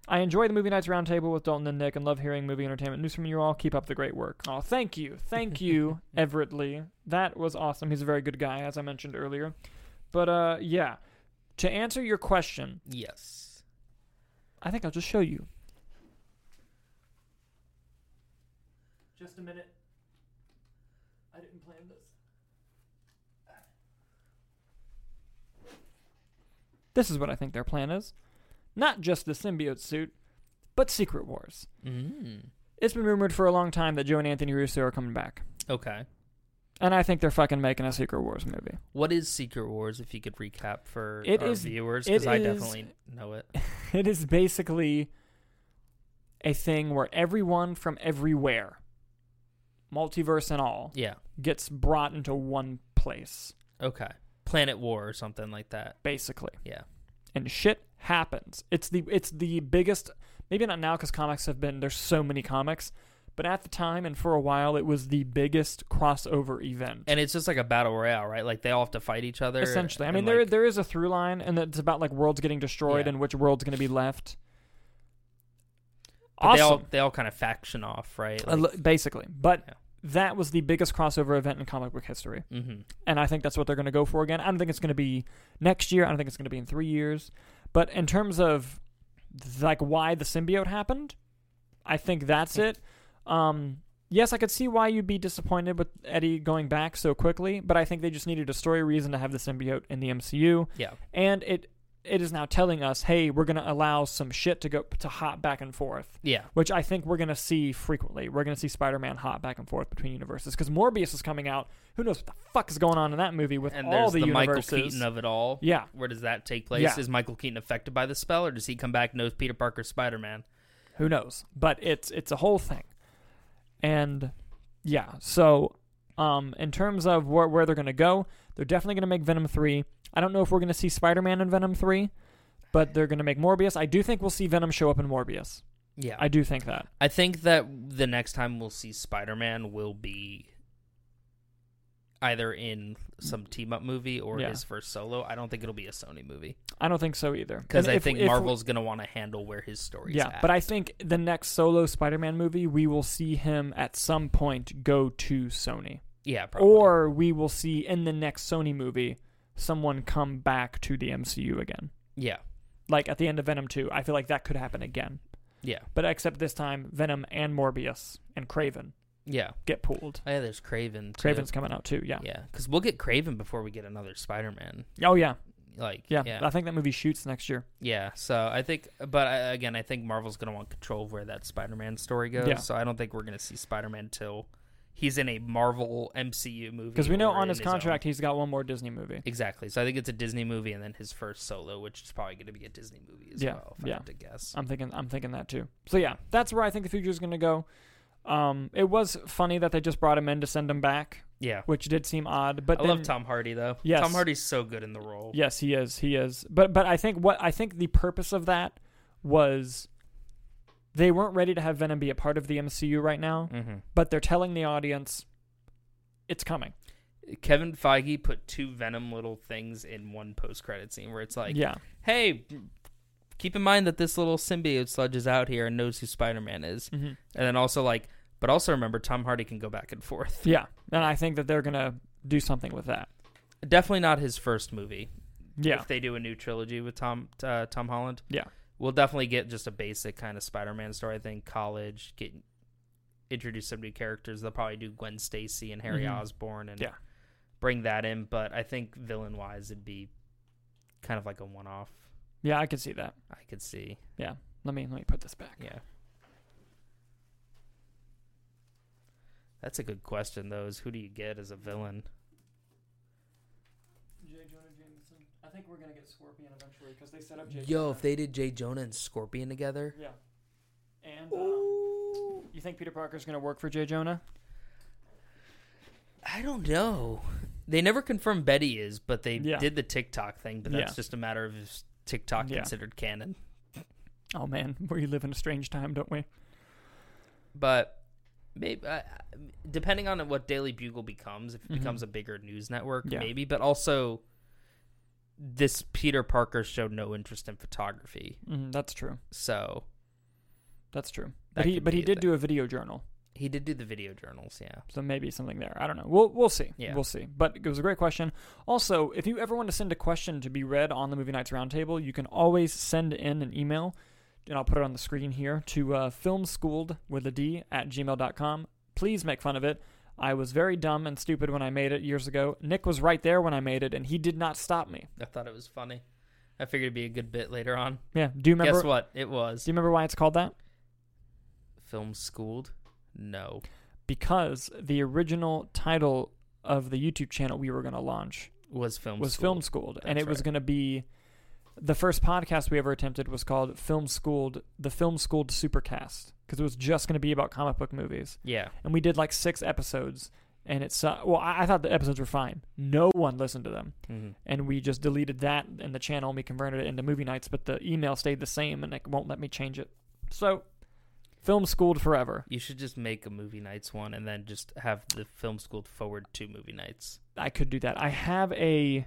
Speaker 1: I enjoy the movie nights roundtable with Dalton and Nick and love hearing movie entertainment news from you all. Keep up the great work. Oh, thank you. Thank you, Everett Lee. That was awesome. He's a very good guy, as I mentioned earlier. But uh, yeah, to answer your question,
Speaker 2: yes.
Speaker 1: I think I'll just show you. Just a minute. I didn't plan this. This is what I think their plan is. Not just the symbiote suit, but Secret Wars.
Speaker 2: Mm.
Speaker 1: It's been rumored for a long time that Joe and Anthony Russo are coming back.
Speaker 2: Okay.
Speaker 1: And I think they're fucking making a Secret Wars movie.
Speaker 2: What is Secret Wars? If you could recap for
Speaker 1: It
Speaker 2: our
Speaker 1: is-
Speaker 2: viewers,
Speaker 1: it
Speaker 2: because I
Speaker 1: is-
Speaker 2: definitely know it.
Speaker 1: It is basically a thing where everyone from everywhere, multiverse and all,
Speaker 2: Yeah.
Speaker 1: gets brought into one place,
Speaker 2: Okay. Planet War or something like that.
Speaker 1: basically.
Speaker 2: Yeah.
Speaker 1: And shit happens. It's the it's the biggest. Maybe not now because comics have been there's so many comics, but at the time and for a while it was the biggest crossover event.
Speaker 2: And it's just like a battle royale, right? Like they all have to fight each other.
Speaker 1: Essentially, I
Speaker 2: and,
Speaker 1: mean there
Speaker 2: like-
Speaker 1: there is a through line, and it's about like worlds getting destroyed
Speaker 2: Yeah.
Speaker 1: and which world's going to be left.
Speaker 2: but they all they all kind of faction off, right?
Speaker 1: Uh, li- basically, but
Speaker 2: Yeah.
Speaker 1: that was the biggest crossover event in comic book history.
Speaker 2: mm-hmm.
Speaker 1: and I think that's what they're going to go for again. I don't think it's going to be next year. I don't think it's going to be in three years. But in terms of th- like why the symbiote happened, I think that's it. Um, yes, I could see why you'd be disappointed with Eddie going back so quickly, but I think they just needed a story reason to have the symbiote in the MCU,
Speaker 2: Yeah.
Speaker 1: and it it is now telling us, hey, we're gonna allow some shit to go to hop back and forth.
Speaker 2: Yeah.
Speaker 1: Which I think we're gonna see frequently. We're gonna see Spider-Man hop back and forth between universes because Morbius is coming out. Who knows what the fuck is going on in that movie with
Speaker 2: And
Speaker 1: all
Speaker 2: there's
Speaker 1: the,
Speaker 2: the, Michael
Speaker 1: universes?
Speaker 2: Keaton of it all.
Speaker 1: yeah,
Speaker 2: Where does that take place?
Speaker 1: Yeah.
Speaker 2: Is Michael Keaton affected by the spell, or does he come back knows Peter Parker Spider Man?
Speaker 1: who knows but it's it's a whole thing and yeah so um in terms of where, where they're gonna go they're definitely gonna make venom 3 i don't know if we're gonna see spider-man in venom 3 but they're gonna make morbius i do think we'll see venom show up in morbius
Speaker 2: Yeah,
Speaker 1: i do think that
Speaker 2: I think that the next time we'll see Spider Man will be either in some team up movie or
Speaker 1: Yeah.
Speaker 2: his first solo. I don't think it'll be a Sony movie
Speaker 1: i don't think so either
Speaker 2: because
Speaker 1: And
Speaker 2: I
Speaker 1: if-
Speaker 2: think
Speaker 1: if-
Speaker 2: Marvel's gonna want to handle where his story's
Speaker 1: yeah
Speaker 2: at.
Speaker 1: but i think the next solo spider-man movie we will see him at some point go to sony
Speaker 2: yeah, probably.
Speaker 1: or we will see in the next sony movie someone come back to the mcu again
Speaker 2: yeah,
Speaker 1: like at the end of Venom 2, I feel like that could happen again.
Speaker 2: yeah,
Speaker 1: But except this time, Venom and Morbius and Craven
Speaker 2: yeah.
Speaker 1: get pulled.
Speaker 2: Oh, yeah, there's Craven. Too.
Speaker 1: Craven's coming out too, yeah.
Speaker 2: yeah, because we'll get Craven before we get another Spider Man.
Speaker 1: Oh, yeah.
Speaker 2: Like
Speaker 1: yeah.
Speaker 2: yeah.
Speaker 1: I think that movie shoots next year.
Speaker 2: Yeah, so I think, but I, again, I think Marvel's gonna want control of where that Spider-Man story goes.
Speaker 1: Yeah.
Speaker 2: So I don't think we're gonna see Spider-Man till he's in a Marvel MCU movie.
Speaker 1: Because we know
Speaker 2: or
Speaker 1: on
Speaker 2: in
Speaker 1: his
Speaker 2: own-
Speaker 1: contract, he's got one more Disney movie.
Speaker 2: exactly. So I think it's a Disney movie, and then his first solo, which is probably gonna be a Disney movie as
Speaker 1: Yeah,
Speaker 2: well. If
Speaker 1: yeah. Um,
Speaker 2: I had to guess.
Speaker 1: I'm thinking I'm thinking that too. So yeah, that's where I think the future is going to go. Um, it was funny that they just brought him in to send him back,
Speaker 2: yeah,
Speaker 1: which did seem odd. But
Speaker 2: I
Speaker 1: then,
Speaker 2: love Tom Hardy though.
Speaker 1: Yes.
Speaker 2: Tom Hardy's so good in the role.
Speaker 1: Yes, he is. He is. But but I think what I think the purpose of that was they weren't ready to have Venom be a part of the MCU right now,
Speaker 2: Mm-hmm.
Speaker 1: but they're telling the audience it's coming.
Speaker 2: Kevin Feige put two Venom little things in one post-credit scene where it's like,
Speaker 1: yeah.
Speaker 2: "Hey, keep in mind that this little symbiote sludge is out here and knows who Spider-Man is."
Speaker 1: hmm
Speaker 2: And then also like, but also remember Tom Hardy can go back and forth.
Speaker 1: Yeah. And I think that they're going to do something with that.
Speaker 2: Definitely not his first movie.
Speaker 1: Yeah.
Speaker 2: If they do a new trilogy with Tom uh, Tom Holland.
Speaker 1: Yeah.
Speaker 2: We'll definitely get just a basic kind of Spider-Man story. I think college get introduce some new characters. They'll probably do Gwen Stacy and Harry
Speaker 1: Mhm.
Speaker 2: Osborn and
Speaker 1: Yeah.
Speaker 2: bring that in. But I think villain wise, it'd be kind of like a one-off.
Speaker 1: Yeah, I could see that.
Speaker 2: I could see.
Speaker 1: Let me let me put this back.
Speaker 2: Yeah. That's a good question, though. Is who do you get as a villain?
Speaker 1: J. Jonah Jameson. I think we're going to get Scorpion eventually because they set up
Speaker 2: Yo, if they did Jay Jonah and Scorpion together,
Speaker 1: Yeah. And uh, you think Peter Parker's going to work for J. Jonah?
Speaker 2: I don't know. They never confirmed Betty is, but they
Speaker 1: Yeah.
Speaker 2: did the TikTok thing. But that's
Speaker 1: Yeah.
Speaker 2: just a matter of is TikTok
Speaker 1: Yeah.
Speaker 2: considered canon.
Speaker 1: Oh man, we live in a strange time, don't we?
Speaker 2: But maybe uh, depending on what Daily Bugle becomes, if it
Speaker 1: Mhm.
Speaker 2: becomes a bigger news network,
Speaker 1: Yeah.
Speaker 2: maybe. But also, this Peter Parker showed no interest in photography,
Speaker 1: Mm, that's true.
Speaker 2: so
Speaker 1: That's true.
Speaker 2: That
Speaker 1: but he
Speaker 2: could
Speaker 1: but he
Speaker 2: be a
Speaker 1: did
Speaker 2: thing.
Speaker 1: do a video journal,
Speaker 2: he did do the video journals. Yeah,
Speaker 1: so maybe something there. I don't know. We'll we'll see.
Speaker 2: Yeah.
Speaker 1: We'll see. But it was a great question. Also, if you ever want to send a question to be read on the Movie Nights Roundtable, you can always send in an email, and I'll put it on the screen here to uh, filmschooled with a D at gmail.com. Please make fun of it. I was very dumb and stupid when I made it years ago. Nick was right there when I made it, and he did not stop me.
Speaker 2: I thought it was funny. I figured it'd be a good bit later on.
Speaker 1: Yeah. Do you remember?
Speaker 2: Guess what? It was
Speaker 1: Do you remember why it's called that?
Speaker 2: film schooled. No.
Speaker 1: because the original title of the YouTube channel we were going to launch
Speaker 2: was film
Speaker 1: was
Speaker 2: school.
Speaker 1: Film Schooled, and it was
Speaker 2: That's right.
Speaker 1: going to be the first podcast we ever attempted was called Film Schooled, the Film Schooled Supercast, because it was just going to be about comic book movies,
Speaker 2: Yeah,
Speaker 1: and we did like six episodes, and it's uh, well, I, I thought the episodes were fine, no one listened to them,
Speaker 2: Mhm.
Speaker 1: and we just deleted that and the channel, and we converted it into movie nights, but the email stayed the same, and it won't let me change it, so Film Schooled forever.
Speaker 2: you should just make a movie nights one, and then just have the film schooled forward to movie nights.
Speaker 1: I could do that. I have a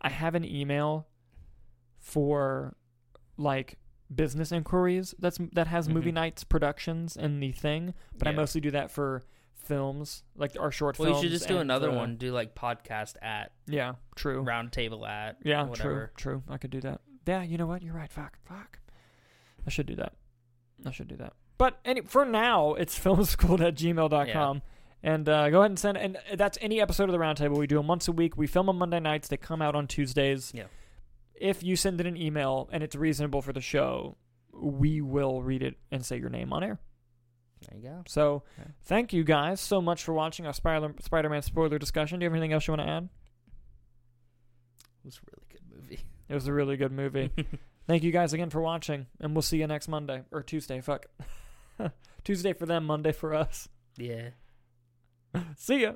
Speaker 1: I have an email for like business inquiries that's that has movie
Speaker 2: Mhm.
Speaker 1: nights productions in the thing, but I
Speaker 2: Yeah.
Speaker 1: mostly do that for films, like our short
Speaker 2: Well, you
Speaker 1: films.
Speaker 2: should just do
Speaker 1: and
Speaker 2: another
Speaker 1: the-
Speaker 2: one. Do like podcast at
Speaker 1: Yeah, true.
Speaker 2: roundtable at
Speaker 1: Yeah,
Speaker 2: whatever.
Speaker 1: true, true. I could do that. Yeah, you know what? You're right. Fuck, fuck. I should do that. I should do that. But any, for now, it's filmschool at gmail.com. And uh, go ahead and send. And that's any episode of the Roundtable. We do them once a week. We film them Monday nights. They come out on Tuesdays.
Speaker 2: Yeah.
Speaker 1: If you send in an email and it's reasonable for the show, we will read it and say your name on air.
Speaker 2: There you go.
Speaker 1: So
Speaker 2: Yeah.
Speaker 1: thank you guys so much for watching our Spider- Spider-Man spoiler discussion. Do you have anything else you want to add?
Speaker 2: It was a really good movie.
Speaker 1: It was a really good movie. thank you guys again for watching, and we'll see you next Monday or Tuesday. Fuck. Tuesday for them, Monday for us.
Speaker 2: Yeah.
Speaker 1: See ya.